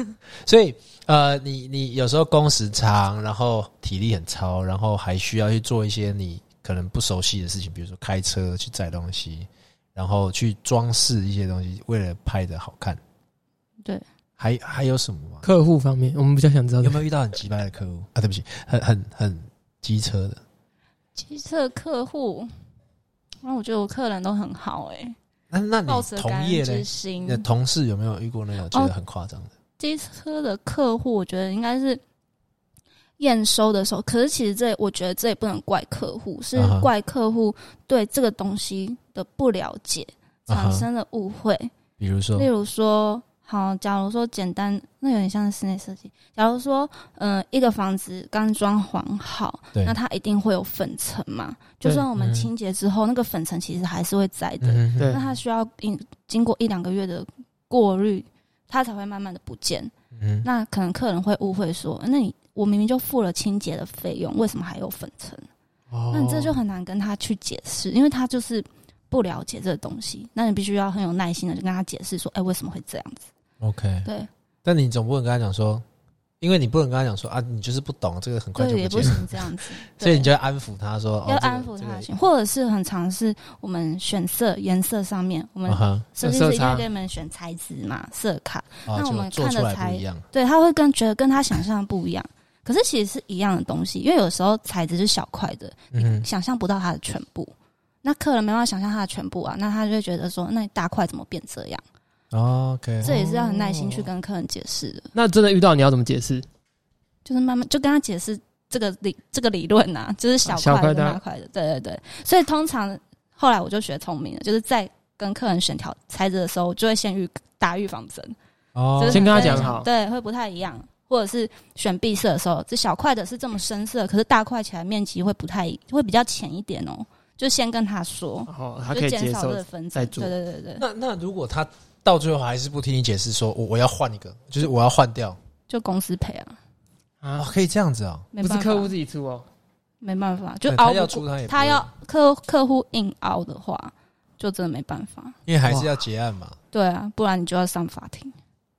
S1: 所以呃，你你有时候工时长，然后体力很超，然后还需要去做一些你可能不熟悉的事情，比如说开车去载东西，然后去装饰一些东西，为了拍的好看。
S3: 对，
S1: 还还有什么吗？
S2: 客户方面，我们比较想知 道
S1: 有没有遇到很急掰的客户啊？对不起，很很很机车的。
S3: 机车客户，那我觉得我客人都很好哎、
S1: 那那你
S3: 抱持
S1: 同
S3: 感
S1: 业
S3: 恩
S1: 呢
S3: 之？
S1: 你
S3: 心
S1: 的。同事有没有遇过那种觉得很夸张的？
S3: 机车的客户，我觉得应该是验收的时候，可是其实这我觉得这也不能怪客户，是
S1: 啊哈
S3: 怪客户对这个东西的不了解
S1: 啊哈
S3: 哦产生了误会。
S1: 比如说
S3: 例，如说，好，假如说简单，那有点像是室内设计。假如说，嗯、一个房子刚装潢好，
S1: 对，
S3: 那它一定会有粉尘嘛？就
S2: 对
S3: 算我们
S1: 嗯
S3: 清洁之后，那个粉尘其实还是会在的。
S1: 嗯哼
S2: 对
S3: 那它需要经经过一两个月的过滤，它才会慢慢的不见。
S1: 嗯哼
S3: 那可能客人会误会说，那你我明明就付了清洁的费用，为什么还有粉尘？
S1: 哦
S3: 那你这就很难跟他去解释，因为他就是不了解这个东西。那你必须要很有耐心的去跟他解释说，哎、为什么会这样子？
S1: OK，
S3: 对
S1: 但你总不能跟他讲说，因为你不能跟他讲说啊，你就是不懂，这个很快就
S3: 对，也
S1: 不
S3: 不
S1: 见
S3: 行
S1: 了，
S3: 这样子。
S1: 所以你
S3: 对
S1: 就要安抚他说，哦
S3: 要
S1: 这个
S3: 安抚
S1: 这
S3: 他
S1: 个
S3: 的心，或者是很尝试我们选色颜色上面，我们
S1: 啊哈，
S3: 设计
S2: 色
S3: 师一定
S2: 差
S3: 会给你们选材质嘛，色卡。
S1: 哦，
S3: 那我们
S1: 就做
S3: 看
S1: 出
S3: 得
S1: 来
S3: 才
S1: 不一样，
S3: 对，他会跟觉得跟他想象的不一样，可是其实是一样的东西，因为有时候材质是小块的，
S1: 嗯哼，
S3: 想象不到它的全部。那客人没办法想象它的全部啊，那他就会觉得说，那你大块怎么变这样？
S1: 哦 OK，
S3: 这也是要很耐心去跟客人解释的，
S2: 那真的遇到你要怎么解释？
S3: 就是慢慢就跟他解释这个理这个理论呐、就是小
S2: 小块
S3: 块
S2: 的
S3: 跟大块的，对对对。所以通常后来我就学聪明了，就是在跟客人选调材质的时候，我就会先预打预防针。
S1: 哦
S3: 就是
S2: 先跟他讲
S3: 对
S2: 好
S3: 对，会不太一样。或者是选闭色的时候，这小块的是这么深色，可是大块起来面积会不太，会比较浅一点哦。就先跟他说，
S2: 哦，他可
S3: 就
S2: 以接
S3: 减少这
S2: 受
S3: 个。分
S2: 再
S3: 层。
S2: 做
S3: 对对对对，
S1: 那那如果他到最后还是不听你解释，说我我要换一个，就是我要换掉，
S3: 就公司赔啊，
S1: 哦
S2: 啊，，
S1: 可以这样子啊，
S3: 没
S2: 不
S3: 办
S2: 是
S3: 法，
S2: 客户自己出哦，
S3: 没办法，就
S1: 对
S3: 熬
S1: 他
S3: 不
S1: 要
S3: 过
S1: 出他也不
S3: 他
S1: 会
S3: 要客客户硬熬的话，就真的没办法。
S1: 因为还是要结案嘛，
S3: 对啊，不然你就要上法庭。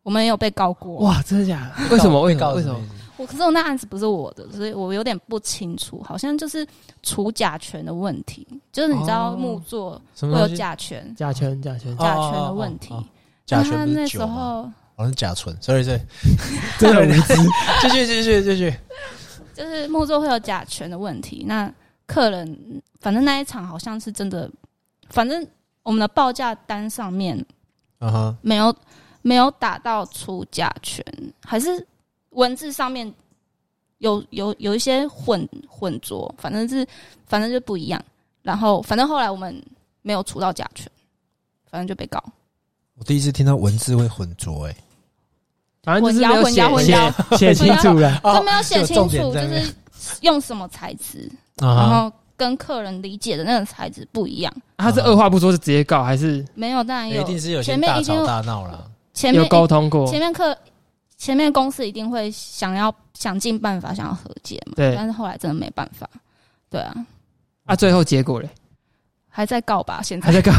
S3: 我们也有被告过，
S2: 哇，真的假的？为什么？为
S1: 被
S2: 什么？
S1: 告是
S2: 为
S1: 什
S2: 什
S1: 么
S2: 么
S1: 意？思？
S3: 我可是我那案子不是我的，所以我有点不清楚，好像就是除甲醛的问题，就是你知道
S2: 哦
S3: 木作
S1: 什
S3: 会
S1: 么
S3: 有
S1: 东西？
S3: 甲醛，
S2: 甲醛，甲醛，
S3: 甲醛的问题
S1: 哦哦哦哦。甲醛
S3: 他
S1: 不是
S3: 那
S1: 酒
S3: 时
S1: 吗
S3: 候
S1: 好像哦是甲醇，sorry sorry，
S2: 真 的无知。
S1: 继续继续继续，
S3: 就是木作会有甲醛的问题，那客人反正那一场好像是真的，反正我们的报价单上面
S1: 嗯哼，
S3: 没有没有打到出价权，还是文字上面有有有一些混混浊，反正是反正就不一样。然后反正后来我们没有出到甲权，反正就被告。
S1: 我第一次听到文字会混浊，哎，
S2: 反正就是没有
S3: 混淆混
S2: 写
S3: 淆
S2: 写写清楚了。
S3: 都没有写清
S1: 这个哦重
S3: 楚，
S1: 点
S3: 就
S1: 在那
S3: 是哦用什么材质，然
S1: 啊哈，
S3: 后跟客人理解的那个材质不一样。
S2: 他是二话不说就直接告，还是
S3: 没有，当然
S1: 哎一定
S3: 有
S1: 是有些
S3: 哎前面
S1: 大
S3: 一定
S1: 吵
S3: 有
S1: 大闹啦。
S3: 前面哎
S2: 有沟通
S1: 哦
S2: 过
S3: 前？面客前面公司一定会想要想尽办法想要和解嘛，
S2: 对
S3: 但是后来真的没办法，对啊，
S2: 啊，最后结果嘞，
S3: 还在告吧，现
S2: 还
S3: 在
S2: 在告，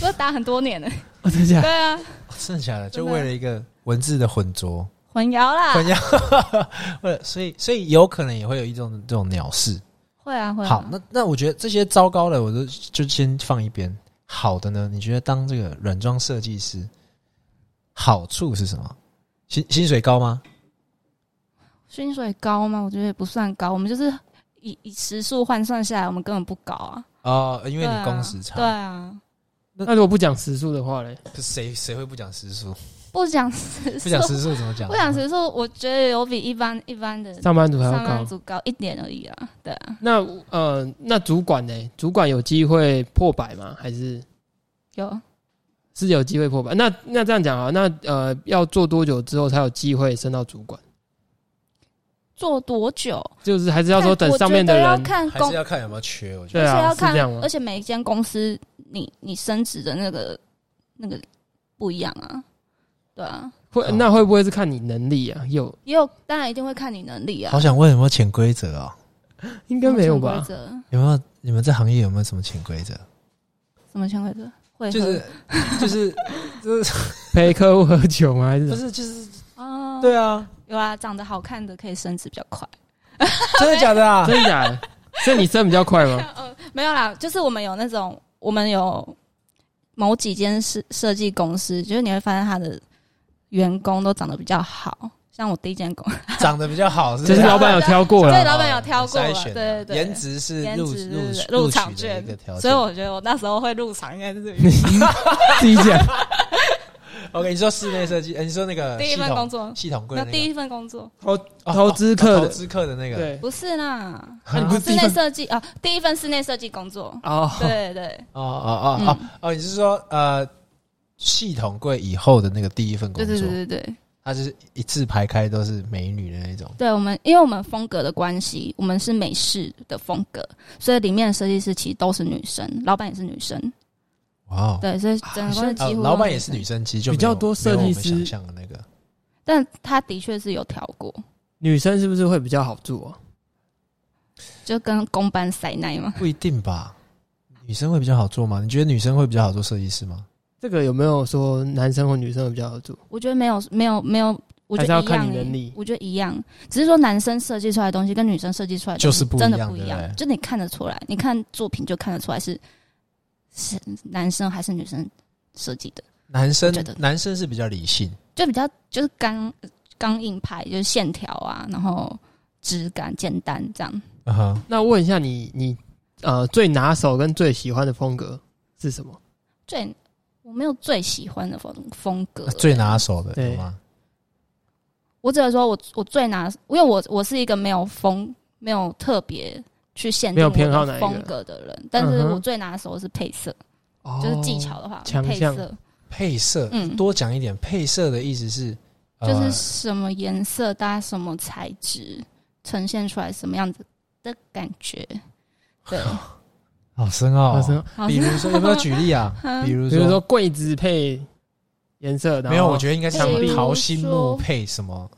S3: 都打很多年了，
S2: 我真的假的
S3: 对啊，
S1: 剩下的就
S3: 真的
S1: 为了一个文字的混浊，
S3: 混淆 啦
S1: 混，淆，为了所以所以有可能也会有一种这种鸟事。
S3: 会啊会啊，
S1: 好，那那我觉得这些糟糕的，我都就先放一边。好的呢，你觉得当这个软装设计师，好处是什么？薪薪水高吗？
S3: 薪水高吗？我觉得也不算高，我们就是以以时数换算下来，我们根本不高啊，
S1: 哦，因为
S3: 对
S1: 你
S3: 啊
S1: 工时长，
S3: 对啊，
S2: 那如果不讲时速的话嘞，
S1: 可谁谁会不讲时数？
S3: 不讲时
S1: 不
S3: 数
S1: 讲，时数怎么讲？
S3: 不讲时数，我觉得有比一般一般的
S2: 上班族还要
S3: 上班
S2: 高。
S3: 族高一点而已啦，对啊。
S2: 那呃，那主管呢？主管有机会破百吗？还是
S3: 有
S2: 是有机会破百？那那这样讲啊，那呃，要做多久之后才有机会升到主管？
S3: 做多久？
S2: 就是还是要说
S3: 看
S2: 等
S3: 我
S2: 上
S3: 觉
S2: 面的
S3: 得
S2: 人
S3: 要，看
S1: 还
S3: 公
S1: 是，要看有没有缺。我觉
S2: 对
S1: 得
S3: 而且
S2: 啊，
S3: 要
S2: 是这样
S3: 看，
S2: 吗
S3: 而？且每一间公司你你升职的那个那个不一样啊，对啊，
S2: 会那会不会是看你能力啊？有
S3: 也有当然一定会看你能力啊
S1: 好，想问有没有潜规则哦？
S2: 应该没有吧？
S3: 什么潜规则？
S1: 有没有你们这行业有没有什么潜规则？
S3: 什么潜规则？会
S1: 就是 就是就是
S2: 陪客户喝酒吗？还是
S1: 不
S2: 什么
S1: 是就是
S3: 啊，
S1: 对啊？
S3: 有啊，长得好看的可以升职比较快。
S1: 真的假的 啊？
S2: 真的假的？ 所以你升比较快吗？
S3: 没有啦，就是我们有那种，我们有某几间设设计公司，就是你会发现他的员工都长得比较好，像我第一间公
S1: 长得比较好，是不
S2: 就是是老板有挑过
S3: 对，
S2: 了，
S3: 老板有挑过
S1: 筛
S3: 了，
S1: 选
S3: 对
S1: 的
S3: 对对，
S1: 颜值是
S3: 颜
S1: 入
S3: 值
S1: 入
S3: 对对
S1: 入
S3: 入场
S1: 取的一个
S3: 券
S1: 条件。
S3: 所以我觉得我那时候会入场，应该 是
S2: 自己讲。
S1: OK，你说室内设计，呃你说那个
S3: 第一份工作
S1: 系统，系统柜
S3: 那
S1: 个
S3: 第一份工作
S1: 哦
S2: 投资客
S1: 哦投
S2: 的
S1: 资客的那个
S2: 对，
S3: 不是啦，
S2: 那你不是第一
S3: 室内
S2: 份
S3: 设计啊，第一份室内设计工作，
S2: 哦，
S3: 对对，
S1: 哦哦
S3: 嗯
S1: 哦哦哦，你是说呃系统柜以后的那个第一份工
S3: 对对
S1: 作
S3: 对，对对，
S1: 它是一字排开都是美女的那种。
S3: 对我们因为我们风格的关系，我们是美式的风格，所以里面的设计师其实都是女生，老板也是女生，
S1: 哇哦，
S3: 对，所以整个公司几
S1: 呃
S3: 乎都
S1: 老板也是女，生，其实就
S2: 比较
S1: 没有
S2: 多设计
S1: 没有我们
S2: 师
S1: 想象的那个。
S3: 但他的确是有调过，
S2: 女生是不是会比较好做啊？
S3: 就跟公班塞奶嘛，
S1: 不一定吧？女生会比较好做吗？你觉得女生会比较好做设计师吗？
S2: 这个有没有说男生或女生会比较好做？
S3: 我觉得没有没有没有，我
S2: 还
S3: 觉
S2: 是
S3: 得
S2: 要
S3: 一样、
S2: 看你
S3: 欸
S2: 能力
S3: 我觉得一样，只是说男生设计出来的东西跟女生设计出来的东
S1: 就
S3: 西
S1: 是不一样
S3: 真的不一
S1: 对不
S3: 样，
S1: 对
S3: 就你看得出来，你看作品就看得出来是是男生还是女生设计的，
S1: 男生
S3: 我觉得
S1: 男生是比较理性，
S3: 就比较就是刚刚硬派，就是线条啊，然后质感简单这样。
S1: 嗯哼，
S2: 那问一下你，你呃最拿手跟最喜欢的风格是什么？
S3: 最我没有最喜欢的风风格、
S1: 啊最拿手的
S2: 对
S1: 有吗？
S3: 我只能说我我最拿，因为我我是一个没有风没有特别去限
S2: 没
S3: 定
S2: 有
S3: 我
S2: 偏好哪
S3: 的
S2: 一个
S3: 风格的人，但是
S2: 嗯哼
S3: 我最拿手的是配色，
S2: 哦
S3: 就是技巧的话，
S2: 强
S3: 配
S2: 项
S3: 色
S1: 配色，
S3: 嗯
S1: 多讲一点。配色的意思是，呃
S3: 就是什么颜色搭什么材质，呈现出来什么样子的感觉。 对，
S1: 好深奥
S2: 好
S1: 哦。
S2: 深奥
S3: 好
S1: 比如说，有没有举例 啊？比如
S2: 啊比如说柜子配颜色，
S1: 没有，我觉
S2: 得
S1: 得应该是
S2: 比如
S1: 什么
S3: 说
S1: 桃心木配什么，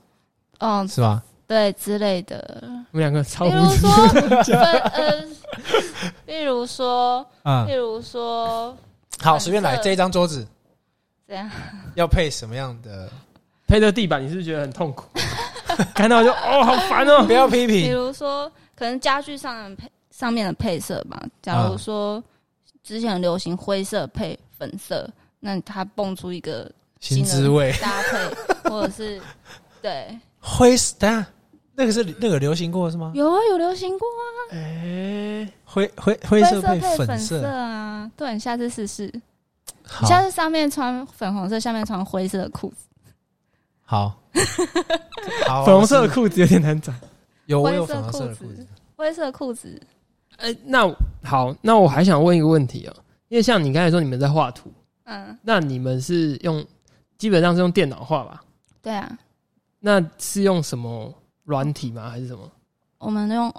S3: 嗯，
S1: 是吧？
S3: 对之类的，
S2: 我们两个超
S3: 比
S2: 无
S3: 如说分呃，比如说，
S1: 嗯
S3: 比，如说
S1: 好，
S3: 粉
S1: 随便来
S3: 色
S1: 这一张桌子
S3: 怎样？
S1: 要配什么样的？
S2: 配的地板，你是不是觉得很痛苦？ 看到就哦，好烦哦
S1: 不。要批
S3: 比
S1: 评。
S3: 如说，可能家具上的配上面的配色吧。假如说之前流行灰色配粉色，那它蹦出一个
S1: 新滋味，
S3: 搭配，或者是对，
S1: 灰色，等一下那个是那个流行过是吗？
S3: 有啊，有流行过啊，
S2: 哎，
S1: 灰灰灰
S3: 灰
S1: 色
S3: 色
S1: 配
S3: 配
S1: 粉
S3: 色啊，对，你下次试试。
S1: 好
S3: 你下次上面穿粉红色，下面穿灰色的裤子，
S1: 好 好，啊
S2: 哦粉红色的裤子有点难找。
S1: 有我
S3: 灰
S1: 有
S3: 色
S1: 粉红色的
S3: 裤
S1: 裤
S3: 子
S1: 子，
S3: 灰色裤子，
S2: 哎、那好，那我还想问一个问题哦、因为像你刚才说你们在画图，
S3: 嗯，
S2: 那你们是用基本上是用电脑画吧？
S3: 对啊，
S2: 那是用什么软体吗？还是什么
S3: 我们用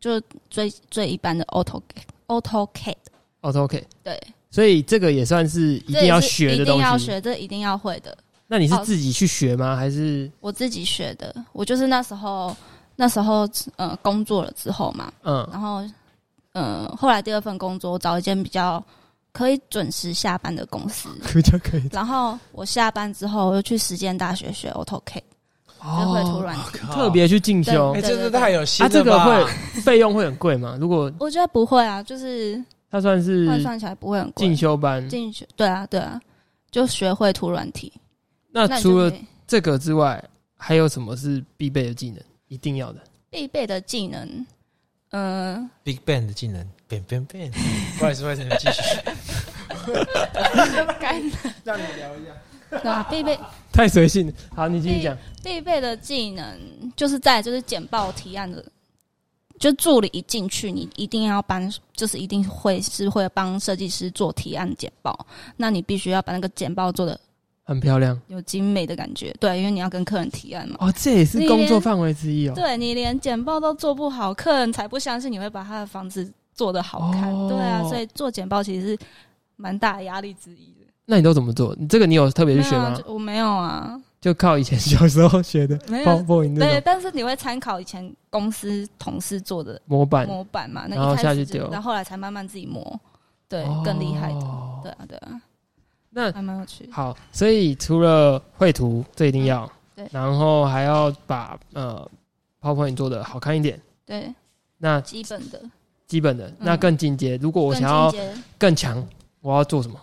S3: 就最最一般的 Auto AutoCAD，
S2: ？AutoCAD？
S3: 对，
S2: 哦所以这个也算是一
S3: 一
S2: 定要学的
S3: 一定
S2: 东
S3: 要
S2: 西。
S3: 学，这一定要会的。
S2: 那你是
S3: 哦
S2: 自己去学吗？还是
S3: 我自己学的，我就是那时候那时候呃工作了之后嘛，
S2: 嗯
S3: 然后呃后来第二份工作我找一间比较可以准时下班的公司，
S2: 比较可以？
S3: 然后我下班之后又去实践大学学 AutoCAD，就会突
S2: 哦，
S3: 然、
S2: 特别去进修
S1: 哎，
S3: 对，
S1: 这是太有心
S2: 啊，这
S1: 了
S2: 个
S1: 吧？
S2: 会费用会很贵吗？如果
S3: 我觉得不会啊，就是
S2: 它算是
S3: 换算起来不会很贵
S2: 进。修班，
S3: 进去对啊对啊，就学会突软体。
S2: 那
S3: 那你就
S2: 除了
S3: 可以
S2: 这个之外，还有什么是必备的技能？一定要的？
S3: 必备的技能，嗯、
S1: Big Bang 的技能，变变变，不好意思，不好意思，你们 继续。
S3: 干，
S2: 让你聊一下。
S3: 对啊，必备
S2: 太随性了。好，你继续讲。
S3: 必备的技能就是在就是简报提案的，就助理一进去，你一定要帮，就是一定会是会帮设计师做提案简报，那你必须要把那个简报做的
S2: 很漂亮
S3: 有精美的感觉，对，因为你要跟客人提案嘛。
S2: 哦，这也是
S3: 你
S2: 工作
S3: 连
S2: 范围之一哦。
S3: 对你连简报都做不好，客人才不相信你会把他的房子做得好看。
S2: 哦
S3: 对啊，所以做简报其实是蛮大的压力之一的。
S2: 那你都怎么做？你这个你有特别去学
S3: 没有
S2: 吗
S3: 啊？就我没有啊，
S2: 就靠以前小时候学的
S3: 没有
S2: PowerPoint 那
S3: 对，
S2: 种
S3: 但是你会参考以前公司同事做的
S2: 模板，
S3: 模板嘛，那
S2: 然后
S3: 一开
S2: 下去
S3: 始
S2: 丢
S3: 就，然后后来才慢慢自己磨，对，
S2: 哦
S3: 更厉害的，对啊，对啊，
S2: 那
S3: 还蛮有趣的。
S2: 好，所以除了绘图，这一定要，
S3: 嗯对
S2: 然后还要把呃 PowerPoint 做的好看一点。
S3: 对，
S2: 那
S3: 基本的，
S2: 基本的，那更进阶。如果我
S3: 嗯更
S2: 想要
S3: 进阶，
S2: 更强，我要做什么？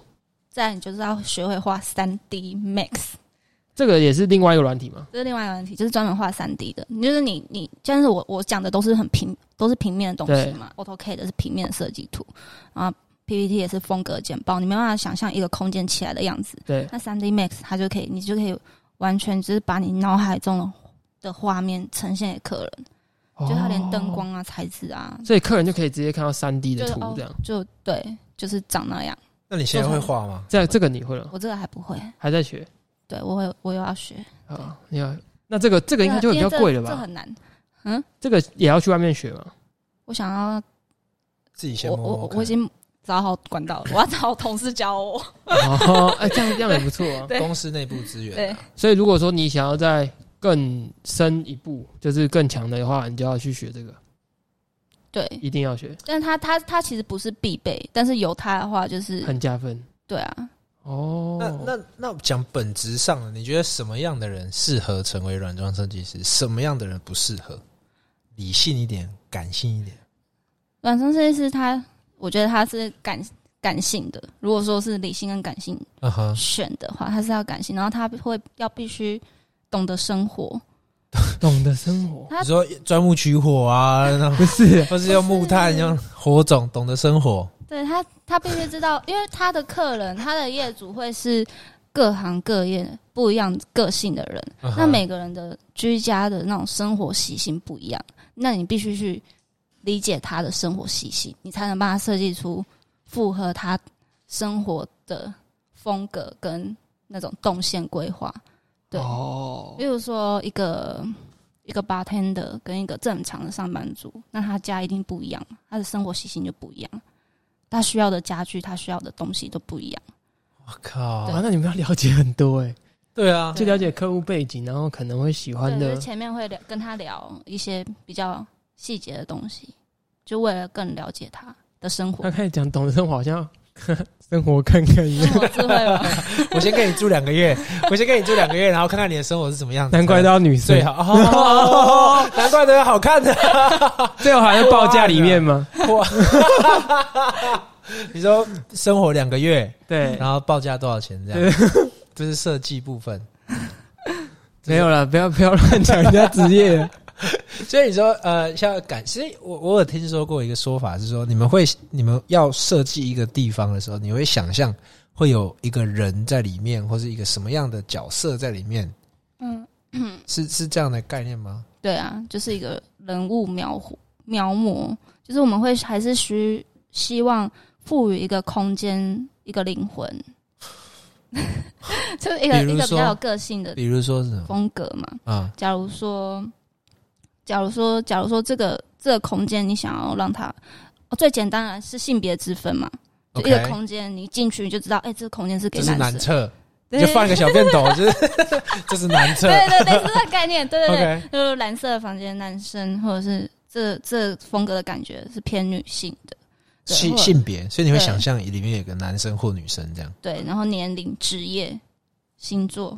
S3: 再来你就是要学会画三 D Max，
S2: 这个也是另外一个软体嘛。
S3: 这是另外一个问题，就是专门画三 D 的。就是你你，但是我我讲的都是很平，都是平面的东西嘛，AutoCAD 的是平面的设计图啊，PPT 也是风格简报，你没办法想象一个空间起来的样子。
S2: 对，
S3: 那三 D Max 它就可以，你就可以完全就是把你脑海中的画面呈现给客人。就它连灯
S2: 哦，
S3: 光啊、材质啊，
S2: 所以客人就可以直接看到三 D 的
S3: 就是
S2: 图
S3: 哦
S2: 这样。
S3: 就对，就是长那样。
S1: 那你现在会画吗？
S2: 这这个你会了，
S3: 我这个还不会，
S2: 还在学
S3: 对我会，我又要学。
S2: 啊？你要那这个这个应该就比较
S3: 啊因为这
S2: 贵了
S3: 这
S2: 吧？
S3: 很难。
S2: 这个也要去外面学 嘛？
S3: 我想要，
S1: 自己先
S3: 我
S1: 摸
S3: 我
S1: 摸
S3: 我
S1: 看
S3: 我已经找好管道了，我要找同事教我。
S2: 哦，哎，这样这样也不错啊。
S3: 对
S1: 公司内部资源
S3: 对
S1: 啊，
S2: 所以如果说你想要再更深一步，就是更强的话，你就要去学这个，
S3: 对，
S2: 一定要学，
S3: 但它它它其实不是必备，但是有它的话就是
S2: 很加分
S3: 对啊，
S2: 哦。
S1: 那那那讲本质上的，你觉得什么样的人适合成为软装设计师？什么样的人不适合？理性一点，感性一点。
S3: 软生设计师他，我觉得他是感感性的。如果说是理性跟感性
S1: 嗯哼，
S3: 选的话，他是要感性，然后他会要必须懂得生活。
S2: 懂得生 活
S3: 他
S1: 你说钻木取火 啊，那种
S2: 不是
S1: 或是用木炭，用火种，懂得生活。
S3: 对他，他必须知道，因为他的客人、他的业主会是各行各业不一样个性的人，
S1: 嗯哼
S3: 那每个人的居家的那种生活习性不一样，那你必须去理解他的生活习性，你才能帮他设计出符合他生活的风格跟那种动线规划。对，
S2: 哦
S3: 例如说一个一个 bartender 跟一个正常的上班族，那他家一定不一样，他的生活习性就不一样，他需要的家具，他需要的东西都不一样。
S1: 我靠，
S2: 哇，那你们要了解很多哎，
S1: 对啊，
S2: 就了解客户背景，然后可能会喜欢
S3: 对，
S2: 的
S3: 就是前面会聊跟他聊一些比较细节的东西，就为了更了解他的生活
S2: 他。开始讲懂得生活，好像 生活看看一
S3: 生
S2: 样，
S3: 活智慧吗？
S1: 我先跟你住两个月， 我先跟你住两个月，然后看看你的生活是什么样子。
S2: 难怪都要女生
S1: 最，
S3: 啊
S1: 好哦，难怪都要好看的。
S2: 最后还在报价里面吗？
S1: 你说生活两个月，
S2: 对，
S3: 啊
S1: 然后报价多少钱？这样，这是设计部分。
S2: 没有了，不要不要乱讲人家职 业，
S1: 所以你说，呃，像感，其实我我有听说过一个说法是说，你们会你们要设计一个地方的时候，你会想象会有一个人在里面，或是一个什么样的角色在里面，
S3: 嗯，
S1: 是是这样的概念吗？
S3: 对啊，就是一个人物描绘描摹，就是我们会还是需希望赋予一个空间一个灵魂， 就是一个
S1: 比如
S3: 一个比
S1: 说
S3: 较有个性的
S1: 比如说是什么
S3: 风格嘛。
S1: 啊？
S3: 假如说，假如说，假如说这个这个空间，你想要让它，哦，最简单的是性别之分嘛。就一
S1: OK
S3: 个空间，你进去你就知道，哎、这个空间是给
S1: 这是
S3: 男
S1: 男
S3: 生。
S1: 厕，你
S3: 对
S1: 就放一个小便斗，就是这是男厕。
S3: 对对对，是这个概念。对对对
S1: OK，
S3: 就是蓝色的房间，男生或者是这这风格的感觉是偏女性的，对
S1: 性
S3: 或者
S1: 性别，所以你会
S3: 对
S1: 想象里面有个男生或女生这样。
S3: 对，然后年龄、职业、星座，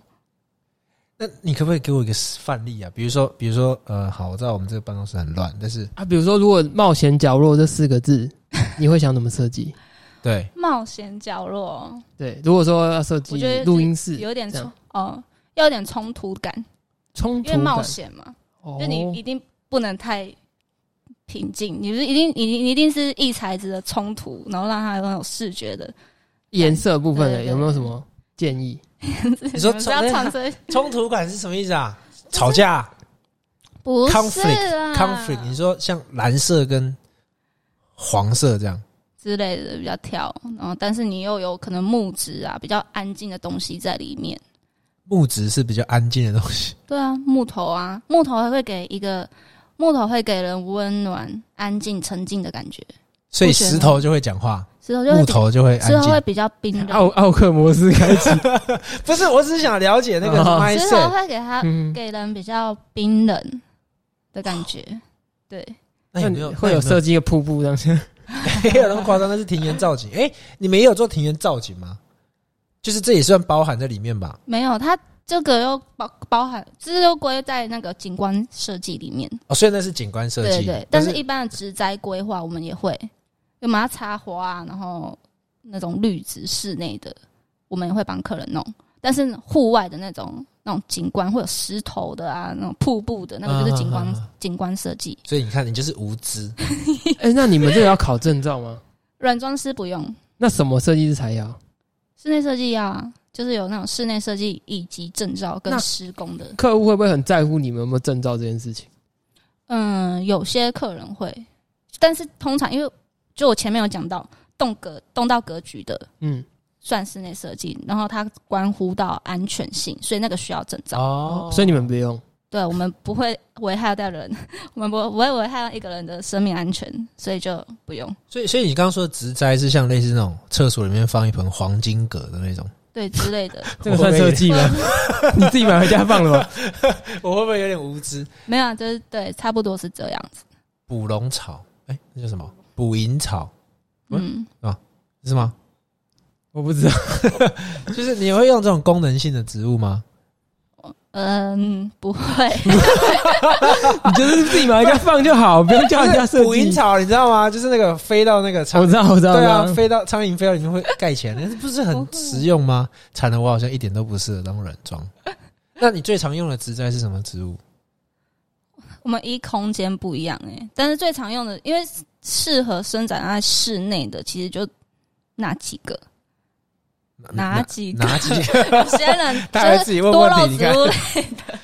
S1: 那你可不可以给我一个范例啊？比如说，比如说，呃，好，我知道我们这个办公室很乱，但是
S2: 啊，比如说，如果“冒险角落”这四个 字，你会想怎么设计？
S1: 对，
S3: 冒险角落，
S2: 对，如果说要设
S3: 我觉得
S2: 计
S3: 是
S2: 录音室，
S3: 有点
S2: 这
S3: 冲
S2: 样
S3: 哦，要有点冲突感，
S2: 冲突
S3: 因为冒
S2: 感
S3: 险嘛。
S2: 哦
S3: 就你一定不能太平静，你是一定你你一定是异材质的冲突，然后让它有那种视觉的。
S2: 颜色部分
S3: 对
S2: 的
S3: 对
S2: 有没有什么建议？
S3: 你
S1: 说
S3: 是要
S1: 从
S3: 产生
S1: 冲突感是什么意思啊？吵架
S3: 不是啊
S1: conflict
S3: 啦
S1: conflict，你说像蓝色跟黄色这样，
S3: 之类的比较跳，然后但是你又有可能木质啊比较安静的东西在里面。
S1: 木质是比较安静的东西。
S3: 对啊，木头啊，木头还会给一个木头会给人温暖、安静、沉静的感觉，
S1: 所以石头就会讲话，
S3: 石头就会
S1: 木
S3: 比较
S1: 头就会
S3: 石
S1: 安
S3: 头会
S1: 静。哦
S3: 比较冰
S2: 奥
S3: 冷，
S2: 奥克摩斯开 启，
S1: 不是，我只是想了解那个
S2: 哦
S3: 石头
S1: mindset。
S3: 会给它
S2: 嗯，
S3: 给人比较冰冷的感觉。对，
S1: 那有没有
S2: 会有设计一个瀑布这样 子？
S1: 没有那么夸张？那是庭园造景。哎，你们也有做庭园造景吗？就是这也算包含在里面吧？
S3: 没有，它这个又包包含，这又归在那个景观设计里面。
S1: 哦，虽然那是景观设
S3: 对
S1: 计，
S3: 对，
S1: 但
S3: 但是一般的植栽规划我们也会，有把它插花啊，然后那种绿植室内的，我们也会帮客人弄。但是户外的那种那种景观，会有石头的啊，那种瀑布的那个就是景观、
S1: 啊啊啊
S3: 景观设计。
S1: 所以你看，你就是无知。
S2: 哎、那你们这个要考证照吗？
S3: 软装师不用，
S2: 那什么设计师才要？
S3: 室内设计要啊，就是有那种室内设计以及证照跟
S2: 那
S3: 施工的。
S2: 客户会不会很在乎你们有没有证照这件事情？
S3: 嗯，有些客人会，但是通常因为就我前面有讲到动格动到格局的
S2: 嗯，
S3: 算室内设计，然后它关乎到安全性，所以那个需要证照。
S1: 哦
S2: 所以你们不用。
S3: 对我们不会危害到人，我们不不会危害到一个人的生命安全，所以就不用。
S1: 所以所以你刚刚说的植栽是像类似那种厕所里面放一盆黄金葛的那种，
S3: 对之 类的，
S2: 这个算设计吗？ 你自己买回家放了吗？
S1: 我会不会有点无知？
S3: 没有啊，就是对，差不多是这样子。
S1: 捕龙草，哎、那叫什么？捕蝇草
S3: 嗯，
S1: 是吗？
S2: 我不知道。
S1: 就是你会用这种功能性的植物吗？
S3: 嗯，不会，
S2: 你就是自己买回家放就 好，不用叫人家设
S1: 捕
S2: 计
S1: 蝇。草，你知道吗？就是那个飞到那个
S2: 我
S1: 苍
S2: 知，道，我知道，
S1: 对
S2: 我
S1: 啊，
S2: 知道
S1: 飞到苍蝇飞到里面会盖起来，那不是很实用吗？惨了，我好像一点都不适合当软装。 那你最常用的植栽是什么植物？
S3: 我们一空间不一样哎、但是最常用的，因为适合生长在室内的，其实就那几个。哪几个？
S1: 哪 几个？
S3: 有些人
S1: 他还
S3: 就
S1: 自己
S3: 是
S1: 问
S3: 多
S1: 问
S3: 肉
S1: 题你
S3: 植
S1: 看
S3: 物类的，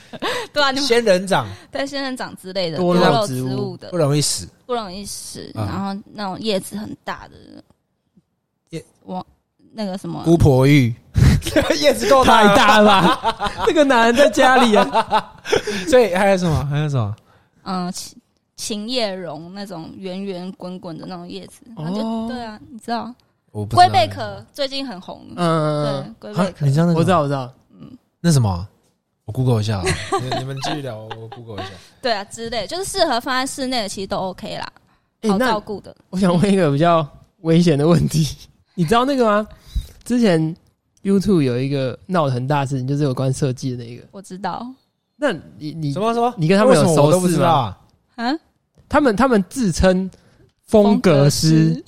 S3: 对啊，你们
S1: 仙人掌
S3: 对仙人掌之类的
S2: 多
S3: 多
S2: 肉
S3: 肉
S2: 植
S3: 植
S2: 物
S3: 物的
S1: 不容易死，
S3: 不容易死，
S1: 啊
S3: 然后那种叶子很大的
S1: 叶，
S3: 我那个什么，
S1: 姑婆芋啊 叶子够
S2: 太
S1: 大了，啊
S2: 大了吧？ 这个男人在家里啊，
S1: 所以还有什么？还有什么？
S3: 嗯，琴琴叶榕那种圆圆滚滚的那种叶子，然后
S2: 哦
S3: 就对啊，你知道
S1: 我不知道
S3: 龟背壳最近很红，
S2: 嗯，
S3: 对，龟
S1: 啊
S3: 背，壳
S1: 你知道那什么
S2: 我知道，我知道。
S1: 那什么？我 Google 一下啊， 你你们继续聊，我 Google 一下。
S3: 对啊之类，就是适合放在室内的，其实都 OK 啦，
S2: 哎
S3: 好
S2: 那
S3: 照顾的。
S2: 我想问一个比较危险的问题， 你知道那个吗？之前 YouTube 有一个闹得很大的事情，就是有关设计的那个。
S3: 我知道
S2: 那你你
S1: 什么什么？
S2: 你跟他们有
S1: 为什么我都不
S2: 熟识
S1: 知
S2: 吗
S1: 道啊？
S3: 啊，
S2: 他们他们自称风格师，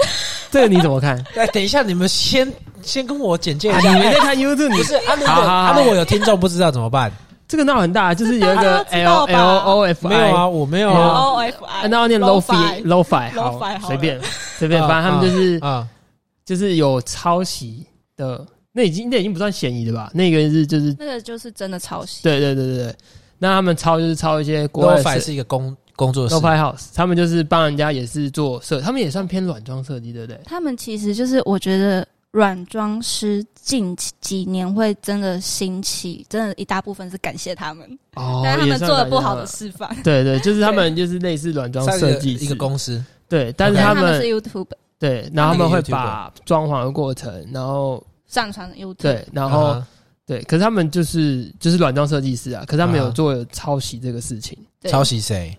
S2: 这个你怎么 看？
S1: 来，哎等一下，你们先先跟我简介一
S2: 啊
S1: 下。
S2: 你没
S1: 哎
S2: 在看 YouTube，
S1: 不
S2: 你
S1: 是啊？如果
S2: 好好好
S1: 啊，如果有听众不知道怎么办？
S2: 这个闹很大，就是有一
S3: 大
S2: 个
S3: 家都知
S2: L
S3: 道
S2: L
S3: 吧
S2: O F
S1: 没有
S2: I，
S1: 啊，我没有
S2: 没有
S1: 啊
S3: ，L 哦 O F I，
S2: 那要念 low fi
S3: Lo-fi
S2: low fi，
S3: Lo-fi 好了
S2: 随便随便，
S1: 啊
S2: 反正他们就是
S1: 啊
S2: 就是有抄袭的那已经那已经不算嫌疑了吧？那个是就是
S3: 那个就是真的抄袭。
S2: 对对对对对，那他们抄就是抄一些国外
S1: l
S2: 的
S1: o fi
S2: 设
S1: 是一个工工作室
S2: l o f i House，他们就是帮人家也是做设，他们也算偏软装设计，对不对？
S3: 他们其实就是我觉得软装师近期几年会真的兴起，真的一大部分是感谢他们，
S2: 哦，
S3: 但他
S2: 也
S3: 们
S2: 算
S3: 做的
S2: 软
S3: 不好
S2: 装
S3: 的示范。
S2: 对对，就是他们就是类似软装
S1: 算
S2: 设
S1: 一个
S2: 计
S1: 一
S2: 师
S1: 个公司，
S2: 对，但是
S3: 但
S2: 他
S3: 他
S2: 们
S3: 是 YouTube
S2: 对，然后他
S1: 那个
S2: 们会
S1: YouTuber
S2: 把装潢的过程，然后
S3: 上传的 YouTube，
S2: 对，然后
S1: 啊
S2: 对，可是他们就是就是软装设计师啊，可是他们有
S1: 啊
S2: 做抄袭这个事情，
S3: 对
S1: 抄袭谁？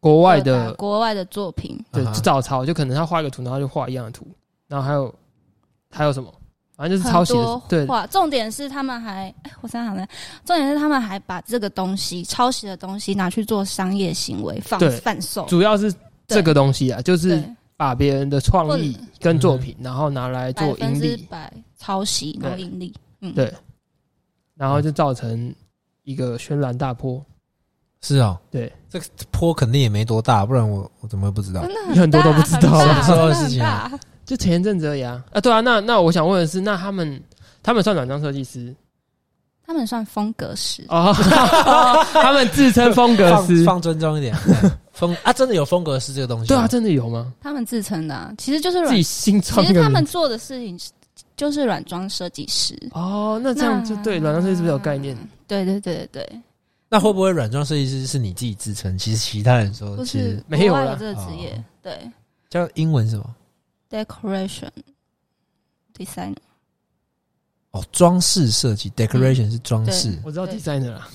S2: 国外
S3: 各大
S2: 的
S3: 国外的作品，
S2: 对
S1: 啊哈
S2: 照抄，就可能他画一个图，然后就画一样的图，然后还有还有什么，反正就是抄袭
S3: 很
S2: 的
S3: 多，
S2: 对
S3: 话，重点是他们还， 哎我想想呢，重点是他们还把这个东西抄袭的东西拿去做商业行为放
S2: 对
S3: 贩售，
S2: 主要是这个东西啊，就是
S3: 对
S2: 把别人的创意
S3: 或者嗯
S2: 跟作品，然后拿来
S3: 百
S2: 做
S3: 分
S2: 盈
S3: 之
S2: 利，
S3: 百抄袭然后
S2: 对
S3: 盈利，嗯，
S2: 对然后就造成一个轩然大波。
S1: 是哦，
S2: 对，
S1: 这个坡肯定也没多大，不然我我怎么会不知道？
S3: 真的
S2: 很多
S3: 大
S2: 都不知道
S3: 很大
S1: 什么时候的
S3: 真很
S1: 事情啊
S3: 大
S2: 就前一阵子而已啊。啊，对啊，那那我想问的是，那他们他们算软装设计师
S3: 他们算风格师，
S2: 哦， 他们自称风格
S1: 放
S2: 师，
S1: 放尊重一 点，对风啊，真的有风格是这个东西
S2: 对
S1: 吗，
S2: 啊，真的有吗？
S3: 他们自称的啊，其实就是
S2: 自
S3: 软
S2: 己，新创
S3: 其
S2: 一
S3: 实
S2: 个
S3: 他们
S2: 名字
S3: 做的事情是就是软装设计师，
S2: 哦，那这样就对软装设计师比较有概念，
S3: 对对对对对，
S1: 那会不会软装设计师是你自己自称？其实其他人说
S3: 不，
S1: 其实
S3: 是
S2: 没有
S3: 国外
S2: 啦哦
S3: 有这个职业，对
S1: 叫英文是吗？
S3: decoration design，
S1: 哦，装饰设计
S2: 嗯
S1: （decoration） 是装饰
S2: 我知道
S3: 对
S2: designer 啦，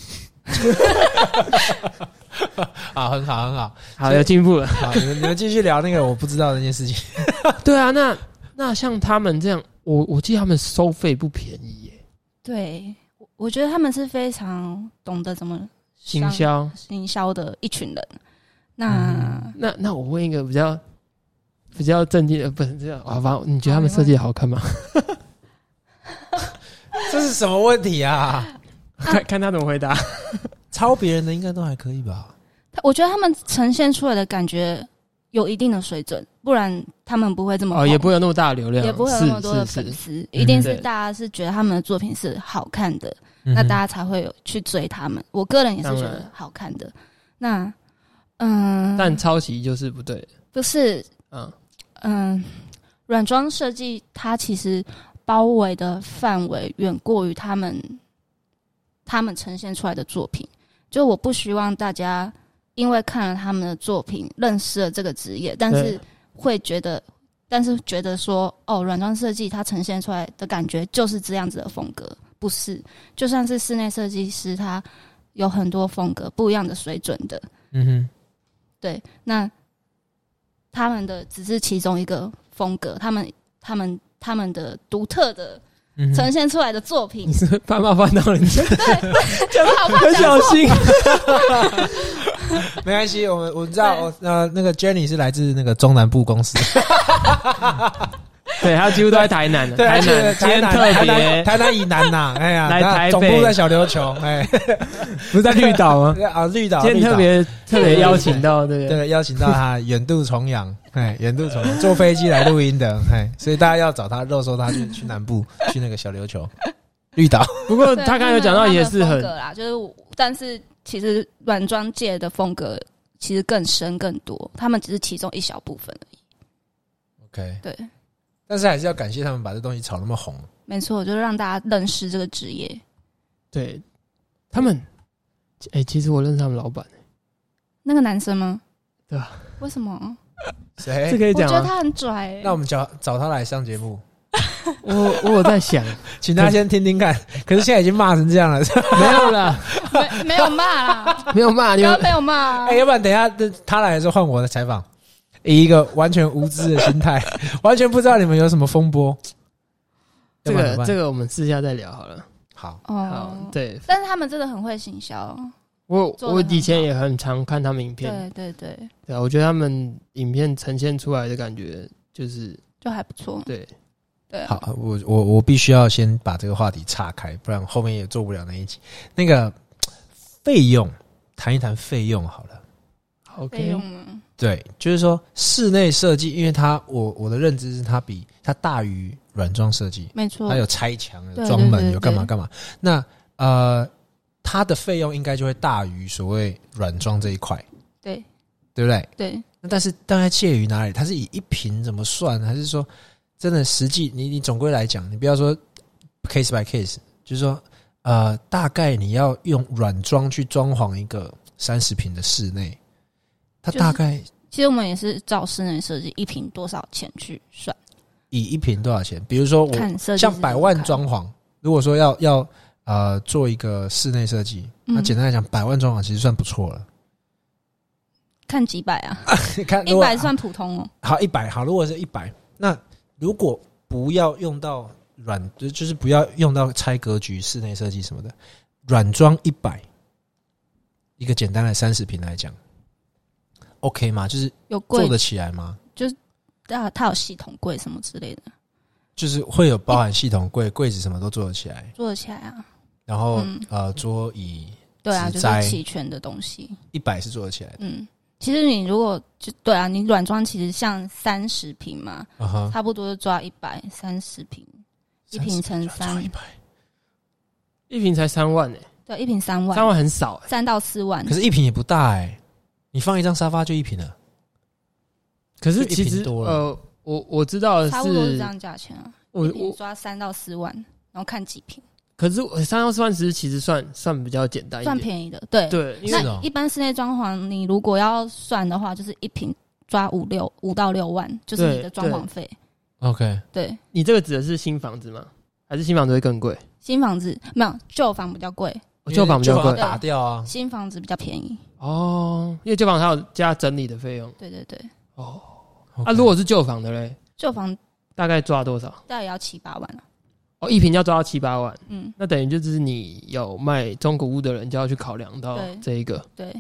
S1: 啊，很好，很好。
S2: 好有进步了。
S1: 好，你们你们继续聊那个我不知道的那件事情。
S2: 对啊，那那像他们这样，我我记得他们收费不便宜耶，
S3: 对我我觉得他们是非常懂得怎么
S2: 行
S3: 商
S2: 销。
S3: 行销的一群人，那
S2: 那那我问一个比较比较正经的，不是这样，好吧？你觉得他们设计的好看
S3: 哦
S2: 吗？
S1: 这是什么问题啊？
S2: 看看他怎么回
S3: 啊
S2: 答。
S1: 抄别人的应该都还可以吧？
S3: 他我觉得他们呈现出来的感觉有一定的水准，不然他们不会这么
S2: 哦，
S3: 红
S2: 也不会有那么大的流量，
S3: 也不会有那么多的
S2: 是是
S3: 粉
S2: 是
S3: 丝，一定
S2: 嗯
S3: 是
S2: 对嗯
S3: 大家是觉得他们的作品是好看的，
S1: 那
S3: 那大家才会有去追他们。我个人也是觉
S2: 当
S3: 得
S2: 然
S3: 好看的。那嗯，
S2: 但抄袭就是不对，
S3: 不是
S2: 嗯，
S3: 嗯，软装设计它其实包围的范围远过于他们他们呈现出来的作品。就我不希望大家因为看了他们的作品，认识了这个职业，但是
S2: 对
S3: 会觉得，但是觉得说，哦，软装设计它呈现出来的感觉就是这样子的风格，不是？就算是室内设计师，他有很多风格不一样的水准的，
S1: 嗯哼，
S3: 对，那他们的只是其中一个风格，他们他们他们的独特的
S1: 嗯
S3: 呈
S1: 哼，
S3: 现出来的作品
S2: 你，是怕冒犯到人家，
S3: 我好怕
S2: 很
S3: 讲
S2: 小
S3: 错，
S2: 心。
S1: 没关系，我们我知道，
S3: 对
S1: 我呃那个 Jenny 是来自那个中南部公司，
S2: 对他几乎都在台南的，
S1: 对，而
S2: 台
S1: 且
S2: 南今
S1: 台
S2: 天
S1: 南
S2: 特
S1: 台南
S2: 别
S1: 台南以南呐，哎呀，
S2: 来
S1: 那
S2: 台北
S1: 总部在小琉球，哎，
S2: 不是在绿岛吗？
S1: 啊绿岛，
S2: 今天
S1: 绿岛
S2: 特别特别邀请到对不对？
S1: 对邀请到他远渡重洋， 哎，远渡重洋坐飞机来录音的，哎，所以大家要找他肉搜他去去南部 去那个小琉球 绿岛，
S2: 不过
S3: 对
S2: 他刚才呃有讲到
S3: 们
S2: 也
S3: 的
S2: 是
S3: 风
S2: 很
S3: 格啦，就是我，但是其实软装界的风格其实更深更多，他们只是其中一小部分而已。
S1: OK，
S3: 对，
S1: 但是还是要感谢他们把这东西炒那么红，
S3: 没错，就是让大家认识这个职业。
S2: 对，他们哎，其实我认识他们老板，
S3: 那个男生吗？
S2: 对啊，
S3: 为什么？
S2: 这
S1: 谁？
S2: 可以
S3: 我觉
S2: 讲啊
S3: 得
S2: 吗？
S3: 他很拽、欸。
S1: 那我们找找他来上节目。
S2: 我我有 在想，
S1: 请他先听听看。可是现在已经骂成这样 了，
S2: 没 有啦，
S3: 没没有骂啦，
S2: 没有 骂你
S3: 刚
S2: 们
S3: 刚，没 有骂、
S1: 哎、要不然等一下他来的时候换我的采访，以一个完全无知的心态， 完全不知道你们有什么风波。
S2: 这
S1: 要不然怎么
S2: 个
S1: 办
S2: 这个我们私下再聊好了。
S1: 好，
S2: 好
S3: 哦，，
S2: 对
S3: 但是他们真的很会行销。
S2: 我
S3: 做得
S2: 我
S3: 很
S2: 以前
S3: 好
S2: 也很常看他们影片，
S3: 对对对，
S2: 对啊，我觉得他们影片呈现出来的感觉就是
S3: 就还不错。
S2: 对，
S3: 对啊，
S1: 好，我我我必须要先把这个话题岔开，不然后面也做不了那一集。那个费用，谈一谈费用好了。
S2: OK，
S3: 费用呢？
S1: 对，就是说室内设计，因为它我我的认知是它比它大于软装设计，
S3: 没错
S1: 它，有拆墙、有
S3: 哦对
S1: 装
S3: 对
S1: 门、
S3: 对
S1: 有干嘛
S3: 对
S1: 干嘛。那呃，它的费用应该就会大于所谓软装这一块，
S3: 对
S1: 对不对？
S3: 对，
S1: 那但是大概介于哪里？它是以一瓶怎么算，还是说真的实际？你你总归来讲，你不要说 case by case，就是说呃，大概你要用软装去装潢一个三十平的室内，它
S3: 就是
S1: 大概
S3: 其实我们也是照室内设计一瓶多少钱去算，
S1: 以一瓶多少钱？比如说我
S3: 看设计
S1: 像
S3: 师
S1: 百
S3: 怎么
S1: 万
S3: 看，
S1: 装潢，如果说要要呃做一个室内设计，那
S3: 嗯
S1: 简单来讲，百万装潢其实算不错了。
S3: 看几百啊，
S1: 你看
S3: 一
S1: 如果
S3: 百算普通哦，
S1: 好一百好，如果是一百，那如果不要用到软，就就是不要用到拆格局、室内设计什么的，软装一百，一个简单的三十平来讲，OK 吗？就是
S3: 有
S1: 做
S3: 贵啊
S1: 得起来吗？
S3: 它它有系统柜什么之类的，
S1: 就是会有包含系统
S3: 嗯
S1: 柜、柜子什么都做得起来，
S3: 做得起来啊，
S1: 然后、
S3: 嗯
S1: 呃桌椅
S3: 对啊，
S1: 植
S3: 就
S1: 栽
S3: 是齐全的东西，
S1: 一百是做得起来的，
S3: 嗯，其实你如果就对啊，你软装其实像三十平嘛，
S1: 啊哈，
S3: 差不多就抓一百三十平，嗯一平乘
S1: 一
S3: 三，
S1: 百，
S2: 一瓶才三万诶、
S3: 对，一平三
S2: 三
S3: 万，
S2: 万很少欸诶、
S3: 三到四万
S1: 可，是一平也不大哎、你放一张沙发就一平了，
S2: 可是
S1: 就一
S2: 其
S1: 瓶
S2: 实
S1: 多了
S2: 呃，我我知道的
S3: 差不多是
S2: 是
S3: 这，样价钱啊，
S2: 我
S3: 一平
S2: 我
S3: 抓三到四万，然后看几平，
S2: 可是我三到四万其实其实算算比较简单一
S3: 算
S2: 点，
S3: 便宜的，对。
S2: 对，因为
S1: 是哦
S3: 那一般室内装潢，你如果要算的话，就是一平抓五六五到六万，就是你
S2: 对
S3: 的装潢
S2: 对
S3: 费。
S1: ，OK，
S3: 对，
S2: 你这个指的是新房子吗？还是新房子会更贵？
S3: 新房子没有，旧房比较贵，
S2: 哦旧房比较
S1: 因为旧
S2: 贵
S1: 打掉啊，
S3: 新房子比较便宜。
S2: 哦，因为旧房它有加整理的费用
S3: 对对对，
S2: 哦。
S1: OK
S2: 啊，如果是旧房的嘞，
S3: 旧房
S2: 大概抓多少？
S3: 大概也要七八万了、
S2: 哦，一平要抓到七八万，
S3: 嗯，
S2: 那等于就是你有卖中古屋的人就要去考量到
S3: 对
S2: 这一个。
S3: 对。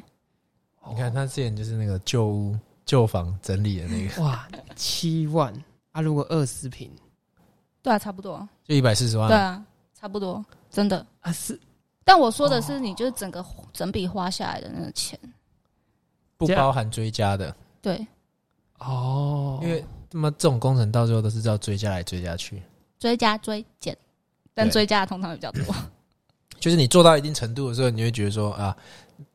S1: 你看他之前就是那个旧屋旧房整理的那个，
S2: 哇，七万啊！如果二十平
S3: 对啊，差不多，
S1: 就一百四十万
S3: 对。啊，差不多，真的。
S2: 啊，是
S3: 但我说的是，你就是整个整笔花下来的那个钱，
S1: 不
S2: 啊
S1: 包含追加的，
S3: 对，
S2: 哦，
S1: 因为他妈这种工程到最后都是要追加来追加去，
S3: 追加追减，但
S1: 对
S3: 追加的通常比较多。
S1: 就是你做到一定程度的时候，你会觉得说啊，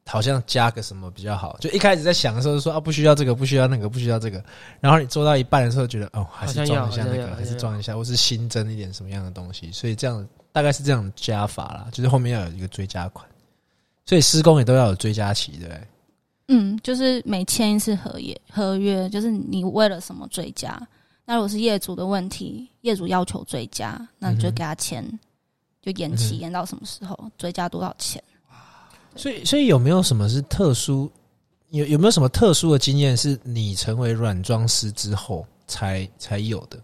S1: 好像加个什么比较好。就一开始在想的时候就说啊，不需要这个，不需要那个，不需要这个，然后你做到一半的时候觉得哦，还是
S2: 好像要
S1: 装一下那
S2: 好像
S1: 个，
S2: 要
S1: 还
S2: 好
S1: 是
S2: 像要
S1: 装一下，或是新增一点什么样的东西。所以这样大概是这样的加法啦，就是后面要有一个追加款，所以施工也都要有追加期，对不对？
S3: 嗯，就是每签一次合约，合约就是你为了什么追加。那如果是业主的问题，业主要求追加，那你
S1: 嗯
S3: 就
S1: 哼
S3: 给他签，就延
S1: 嗯
S3: 期
S1: 哼
S3: 延到什么时候，追加多少钱。
S1: 所以，所以有没有什么是特殊？有有没有什么特殊的经验是你成为软装师之后才才有的？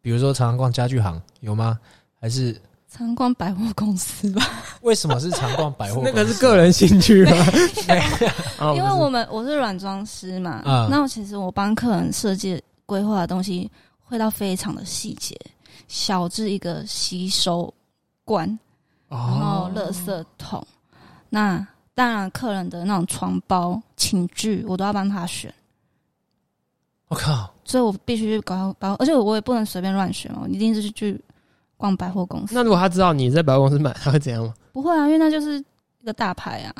S1: 比如说，常常逛家具行有吗？还是
S3: 常光百货公司吧，
S1: 为什么是常逛百货公司？
S2: 那个是个人兴趣 吗？
S1: 哦
S2: 啊
S3: 因为我们我是软装师嘛，
S1: 嗯
S3: 那我其实我帮客人设计规划的东西会到非常的细节，小至一个吸收罐，然后
S2: 哦，
S3: 垃圾桶，那当然客人的那种床包、寝具，我都要帮他选，
S1: 我靠，
S3: 所以我必须去搞包，而且我也不能随便乱选哦，我一定是去逛百货公司。
S2: 那如果他知道你在百货公司买，他会怎样吗？
S3: 不会啊，因为那就是一个大牌啊，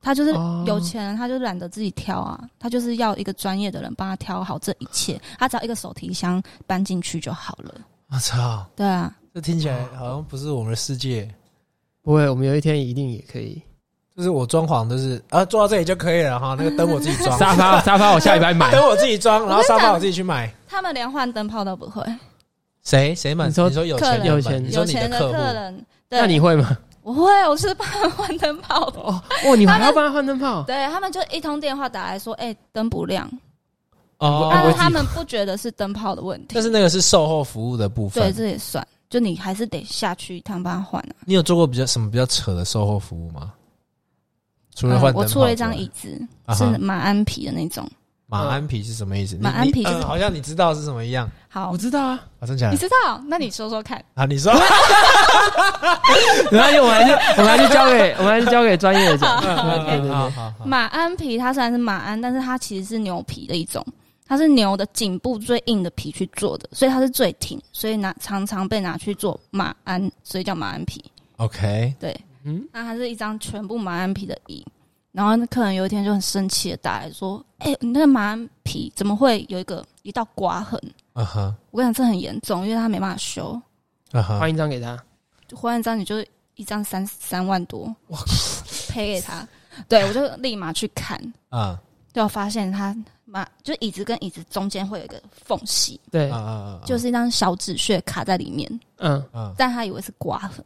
S3: 他就是
S2: 哦
S3: 有钱人，他就懒得自己挑啊，他就是要一个专业的人帮他挑好这一切，他只要一个手提箱搬进去就好了。
S1: 我操！
S3: 对啊，
S1: 这听起来好像不是我们的世界。
S2: 不会，我们有一天一定也可以。
S1: 就是我装潢都是啊，做到这里就可以了哈。那个灯我自己装，
S2: 沙发沙发，我下礼拜买。
S1: 灯我自己装，然后沙发我自己去买。
S3: 他们连换灯泡都不会，
S1: 谁谁买？
S2: 你说
S1: 你说有
S3: 客
S1: 钱
S3: 人
S1: 人
S2: 有
S1: 买
S2: 钱
S1: 你
S3: 有
S1: 说你
S3: 钱
S1: 的
S3: 的
S1: 客
S3: 客
S1: 户，
S3: 人，对，
S2: 那你会吗？
S3: 我会，我是帮他们换灯泡的。
S2: 哦哦，你还要帮他换灯泡？
S3: 对他们就一通电话打来说，哎、灯不亮，
S1: 哦
S3: 但
S2: 我
S3: 是
S2: 记
S3: 他们不觉得是灯泡的问题
S1: 但，是那个是售后服务的部分
S3: 对，。这也算，就你还是得下去一趟帮他换啊。
S1: 你有做过比较什么比较扯的售后服务吗？除了换、
S3: 呃嗯我出了一张椅，子，
S1: 啊
S3: 是
S1: 哈
S3: 马鞍皮的那种，
S1: 马鞍皮是什么意思？你
S3: 马鞍皮
S1: 你
S3: 是
S1: 嗯好像你知道是什么一样
S3: 好
S2: 我，知道啊，
S1: 啊？真假
S3: 你
S1: 的？
S3: 知道？那你说说看。
S1: 啊，你说
S2: 然后我们还是我们还是交给我们还是交给专业的讲。对对
S1: 嗯
S2: 对
S1: 好好好，
S3: 马鞍皮它虽然是马鞍，但是它其实是牛皮的一种，它是牛的颈部最硬的皮去做的，所以它是最挺，所以拿常常被拿去做马鞍，所以叫马鞍皮。
S1: ，OK，
S2: 嗯，
S3: 那它是一张全部马鞍皮的椅，然后那客人有一天就很生气的打来说：“哎、你那个马鞍皮怎么会有一个一道刮痕？
S1: 嗯哼，
S3: 我跟你讲，这很严重，因为他没办法修，
S1: 嗯
S2: 换
S1: 哼，
S2: 一张给他。
S3: 就换一张你就一张三三万多，我 赔给他。”对，我就立马去看，
S1: 啊
S3: 就发现它马就椅子跟椅子中间会有一个缝隙，
S1: 啊
S2: 对
S1: 啊，啊，
S3: 就是一张小纸屑卡在里面，
S2: 嗯，
S1: 啊，
S3: 但他以为是刮痕，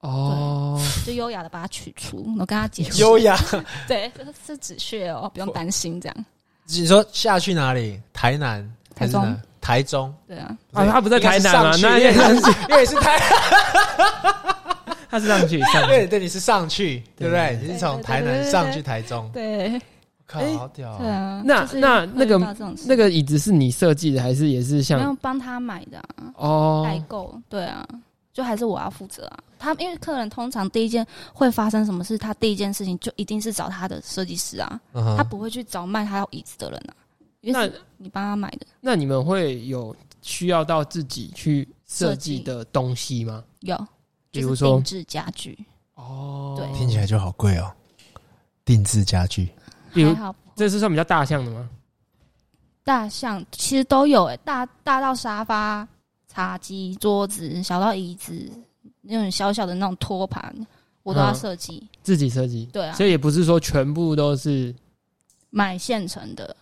S2: 哦，
S3: 就优雅的把它取除，我跟他解释，
S1: 优雅，
S3: 对，这是纸屑哦，不用担心这样，
S1: 你说下去哪里？台南还是哪
S3: 台中，
S1: 台中
S3: 对啊，
S2: 啊他不在台南啊
S1: 应
S2: 那
S1: 该是上去因为因为是台
S2: 他是上去上
S1: 对
S2: 去，
S1: 对，你是上去，对不对？
S2: 对
S1: 你是从台南上去台中，
S3: 对，
S1: 靠，好屌
S3: 对
S1: 哦！
S3: 啊，
S2: 那
S3: 就是
S2: 那那个
S3: 会遇到这种事
S2: 那个椅子是你设计的还是也是
S3: 没有
S2: 像
S3: 帮他买的啊，
S2: 哦？
S3: 代购，对啊。就还是我要负责啊！他因为客人通常第一件会发生什么事，他第一件事情就一定是找他的设计师啊，
S1: 嗯
S3: 他
S1: 哼，
S3: 不会去找卖他要椅子的人啊，因为
S2: 那
S3: 是你帮他买的。
S2: 那你们会有需要到自己去设计的东西吗？
S3: 有，
S2: 比
S3: 就是
S2: 如说
S3: 定制家具，
S2: 哦，
S3: 对
S1: 听起来就好贵哦。定制家具，
S2: 比如
S3: 还好
S2: 这是算比较大项的吗？
S3: 大象其实都有诶、欸大大到沙发、茶几、桌子，小到椅子，那种小小的那种托盘，我都要
S2: 嗯
S3: 设计。
S2: 自己设计，
S3: 对啊
S2: 所，以也不是说全部都是
S3: 买现成的，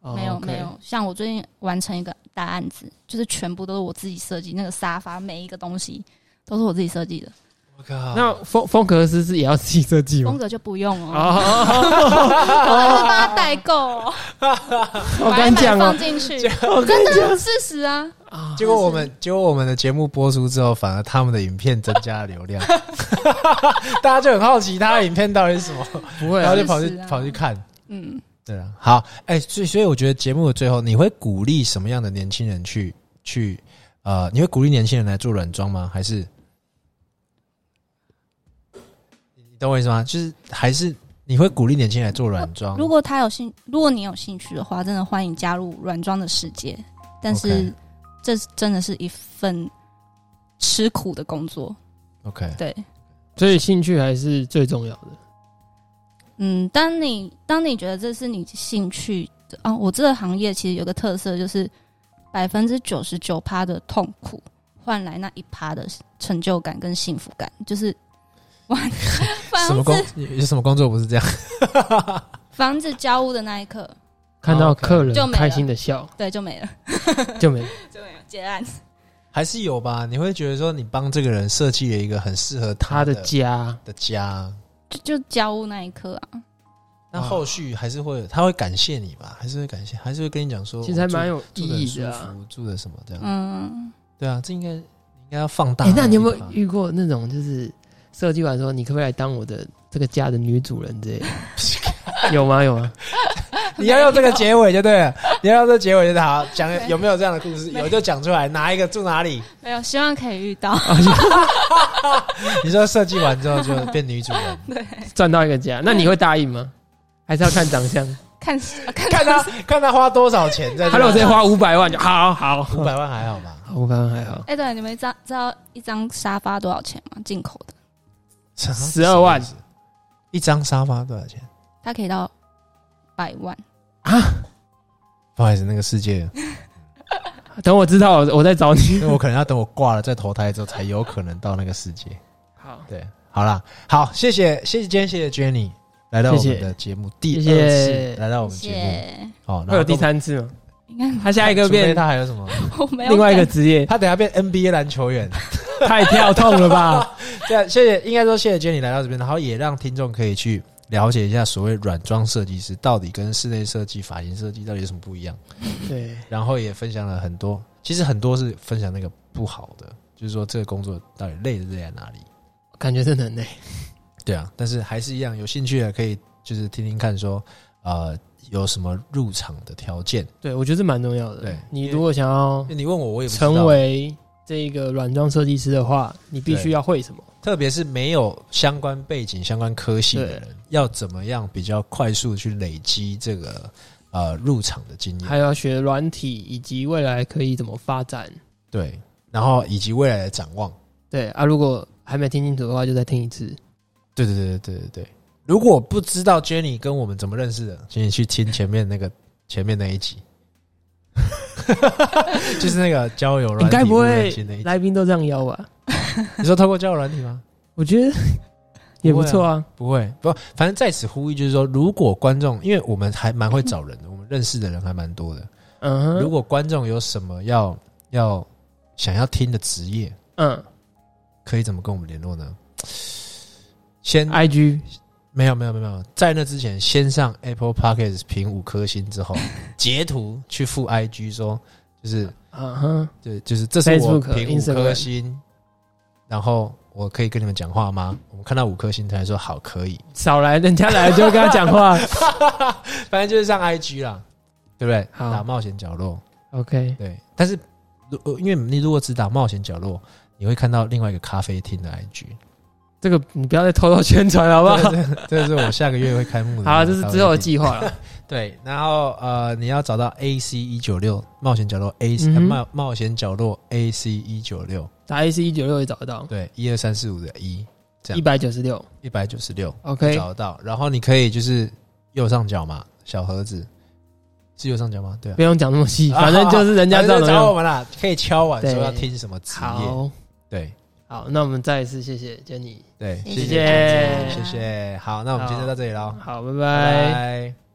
S2: 哦
S3: 没有
S2: OK
S3: 没有。像我最近完成一个大案子，就是全部都是我自己设计，那个沙发每一个东西都是我自己设计的，
S1: 我靠
S2: 那风风格师是也要自己设计
S3: 风
S2: 吗？
S3: 格就 不用哦，
S2: 哦，
S3: 我是帮他代购哦，
S2: 我
S3: 买
S2: 跟
S3: 一
S2: 你讲
S3: 买
S2: 哦
S3: 放，进去，
S2: 我跟
S3: 真的事实啊。
S2: 啊，
S1: 结果我们结果我们的节目播出之后，反而他们的影片增加了流量，大家就很好奇他的影片到底是什么，
S2: 不会
S1: 然
S2: 啊
S1: 后，就跑去
S3: 是啊
S1: 跑去看。
S3: 嗯，
S1: 对啊，好，哎、所以所以我觉得节目的最后，你会鼓励什么样的年轻人去去呃，你会鼓励年轻人来做软装吗？还是你懂我意思吗？就是还是你会鼓励年轻人来做软装？
S3: 如果他有兴，如果你有兴趣的话，真的欢迎加入软装的世界。但是
S1: OK
S3: 这真的是一份吃苦的工作，
S1: OK，
S3: 对，
S2: 所以兴趣还是最重要的。
S3: 嗯，当你当你觉得这是你兴趣的啊，我这个行业其实有个特色就是百分之九十九趴的痛苦换来那一趴的成就感跟幸福感， 就是完
S1: 什么
S3: 房
S1: 工
S3: 子
S1: 有有什么工作不是这样？
S3: 房子交屋的那一刻，
S2: 看到
S1: 哦 OK
S2: 客人
S3: 就没了
S2: 开心的 笑
S3: 对，就没了，
S2: 就没了，
S3: 就没了，结案。
S1: 还是有吧？你会觉得说你帮这个人设计了一个很适合
S2: 他
S1: 的
S2: 的家
S1: 的家，
S3: 就就交屋那一刻啊，
S1: 那后续还是会他会感谢你吧？还是会感谢，还是会跟你讲说，
S2: 其实还
S1: 我住
S2: 蛮有
S1: 住
S2: 意
S1: 得很
S2: 义
S1: 舒
S2: 的啊。
S1: 服，住的什么这样？
S3: 嗯，
S1: 对啊，这应该你应该要放大
S2: 哎
S1: 一，把。
S2: 那你有没有遇过那种就是设计完说你可不可以来当我的这个家的女主人之类 的？有吗？有吗？
S1: 你要用这个结尾就对了，你要用这个结尾就好。讲有没有这样的故事？
S3: 没
S1: 有就讲出来，哪一个住哪里？
S3: 没有，希望可以遇到。
S1: 你说设计完之后就变女主 人，
S2: 赚到一个家，那你会答应吗？还是要看 长相？
S3: 看是看
S1: 看他看他花多少钱在
S2: 他
S1: 这
S2: 如
S1: 里。
S2: 果直接花五百万就好好，
S1: 五百万还好吧？
S2: 五百万还好，
S3: 哎、对，你们知道知道一张沙发多少钱吗？进口的，
S2: 12万
S1: 什么意思一张沙发多少钱？
S3: 它可以到百万。
S2: 啊
S1: 不好意思，那个世界，
S2: 等我知道我我再找你。
S1: 那我可能要等我挂了再投胎之后，才有可能到那个世界。
S2: 好，
S1: 对，好啦，好，谢谢，谢谢，今天谢谢 Jenny 来到我
S2: 谢
S1: 们
S2: 谢
S1: 的节目，第
S2: 谢
S1: 二
S2: 谢
S1: 次来到我们
S3: 谢
S1: 节目，
S3: 谢，
S1: 哦，然
S2: 会
S1: 后
S2: 有第三次吗？
S3: 应该
S2: 他下一个
S1: 除非
S2: 变
S1: 他还有什 么？
S3: 我没有
S2: 另外一个
S3: 感
S2: 职 业，
S1: 他等下变 NBA 篮球员。
S2: 太跳 痛了吧？
S1: 对啊，谢谢，应该说谢谢 Jenny 来到这边，然后也让听众可以去了解一下所谓软装设计师到底跟室内设计、发型设计到底有什么不一样。
S2: 对，
S1: 然后也分享了很多，其实很多是分享那个不好的，就是说这个工作到底累是累在哪里。
S2: 感觉真的很累。
S1: 对啊，但是还是一样，有兴趣的可以就是听听看说，呃有什么入场的条件？
S2: 对我觉得这蛮重要的。
S1: 对
S2: 你如果想要
S1: 你问我，我也不知道
S2: 成为这个软装设计师的话，你必须要会什么？
S1: 特别是没有相关背景、相关科系的人，要怎么样比较快速地去累积这个呃入场的经验？
S2: 还要学软体，以及未来可以怎么发展。
S1: 对，然后以及未来的展望。
S2: 对啊，如果还没听清楚的话，就再听一次。
S1: 对对对对对对对。如果不知道 Jenny 跟我们怎么认识的，请你去听前面那个前面那一集， 就是那个交友软
S2: 你
S1: 体
S2: 该不
S1: 误
S2: 会
S1: 认识那一集。
S2: 来宾都这样邀吧？
S1: 你说透过交友软体吗？
S2: 我觉得也不错啊。
S1: 不会，不，反正在此呼吁就是说，如果观众，因为我们还蛮会找人的，我们认识的人还蛮多的。
S2: 嗯
S1: 啊如
S2: 哼，
S1: 果观众有什么要要想要听的职业，
S2: 嗯
S1: 可以怎么跟我们联络呢？先
S2: ，IG
S1: 没有没有没有没有，在那之前，先上 Apple p o c k e t 评五颗星之后， 截图去附 IG 说，就是
S2: 嗯哼，
S1: 对，就是这是我
S2: Facebook
S1: 评五
S2: Instagram
S1: 颗星，然后我可以跟你们讲话吗？我们看到五颗星，他说好，可以。
S2: 少来，人家来就跟他讲话。
S1: 反正就是上 IG 啦，对不对？
S2: 好
S1: 打冒险角落，
S2: OK，
S1: 对。但是如呃因为你如果只打冒险角落，你会看到另外一个咖啡厅的 IG，
S2: 这个你不要再偷偷宣传好不好？
S1: 这是我下个月会开幕的。
S2: 好了，这是之后的计划 了。
S1: 对，然后呃，你要找到 A C 一九六冒险角落 A 呃
S2: 嗯哼
S1: 冒冒险角落 A C 一九六，
S2: 打 AC 一九六也找得到，
S1: 对，一二三四五的一这
S2: 一
S1: 样
S2: 百九十六。
S1: 一百九十六
S2: OK，
S1: 找得到。然后你可以就是右上角嘛，小盒子是右上角吗？对啊
S2: 不，用讲那么 细，
S1: 啊
S2: 反正就是人家
S1: 反
S2: 这
S1: 正就
S2: 样的
S1: 找我
S2: 用。
S1: 们啦，可以敲碗说
S2: 对
S1: 要听什么职业，
S2: 好
S1: 对
S2: 好，那我们再一次谢谢 Jenny。
S1: 对，
S3: 谢
S1: 谢
S2: 谢
S1: 谢谢，好，那我们今天就到这里喽，
S2: 好，拜
S1: 拜
S2: 拜。
S1: 拜。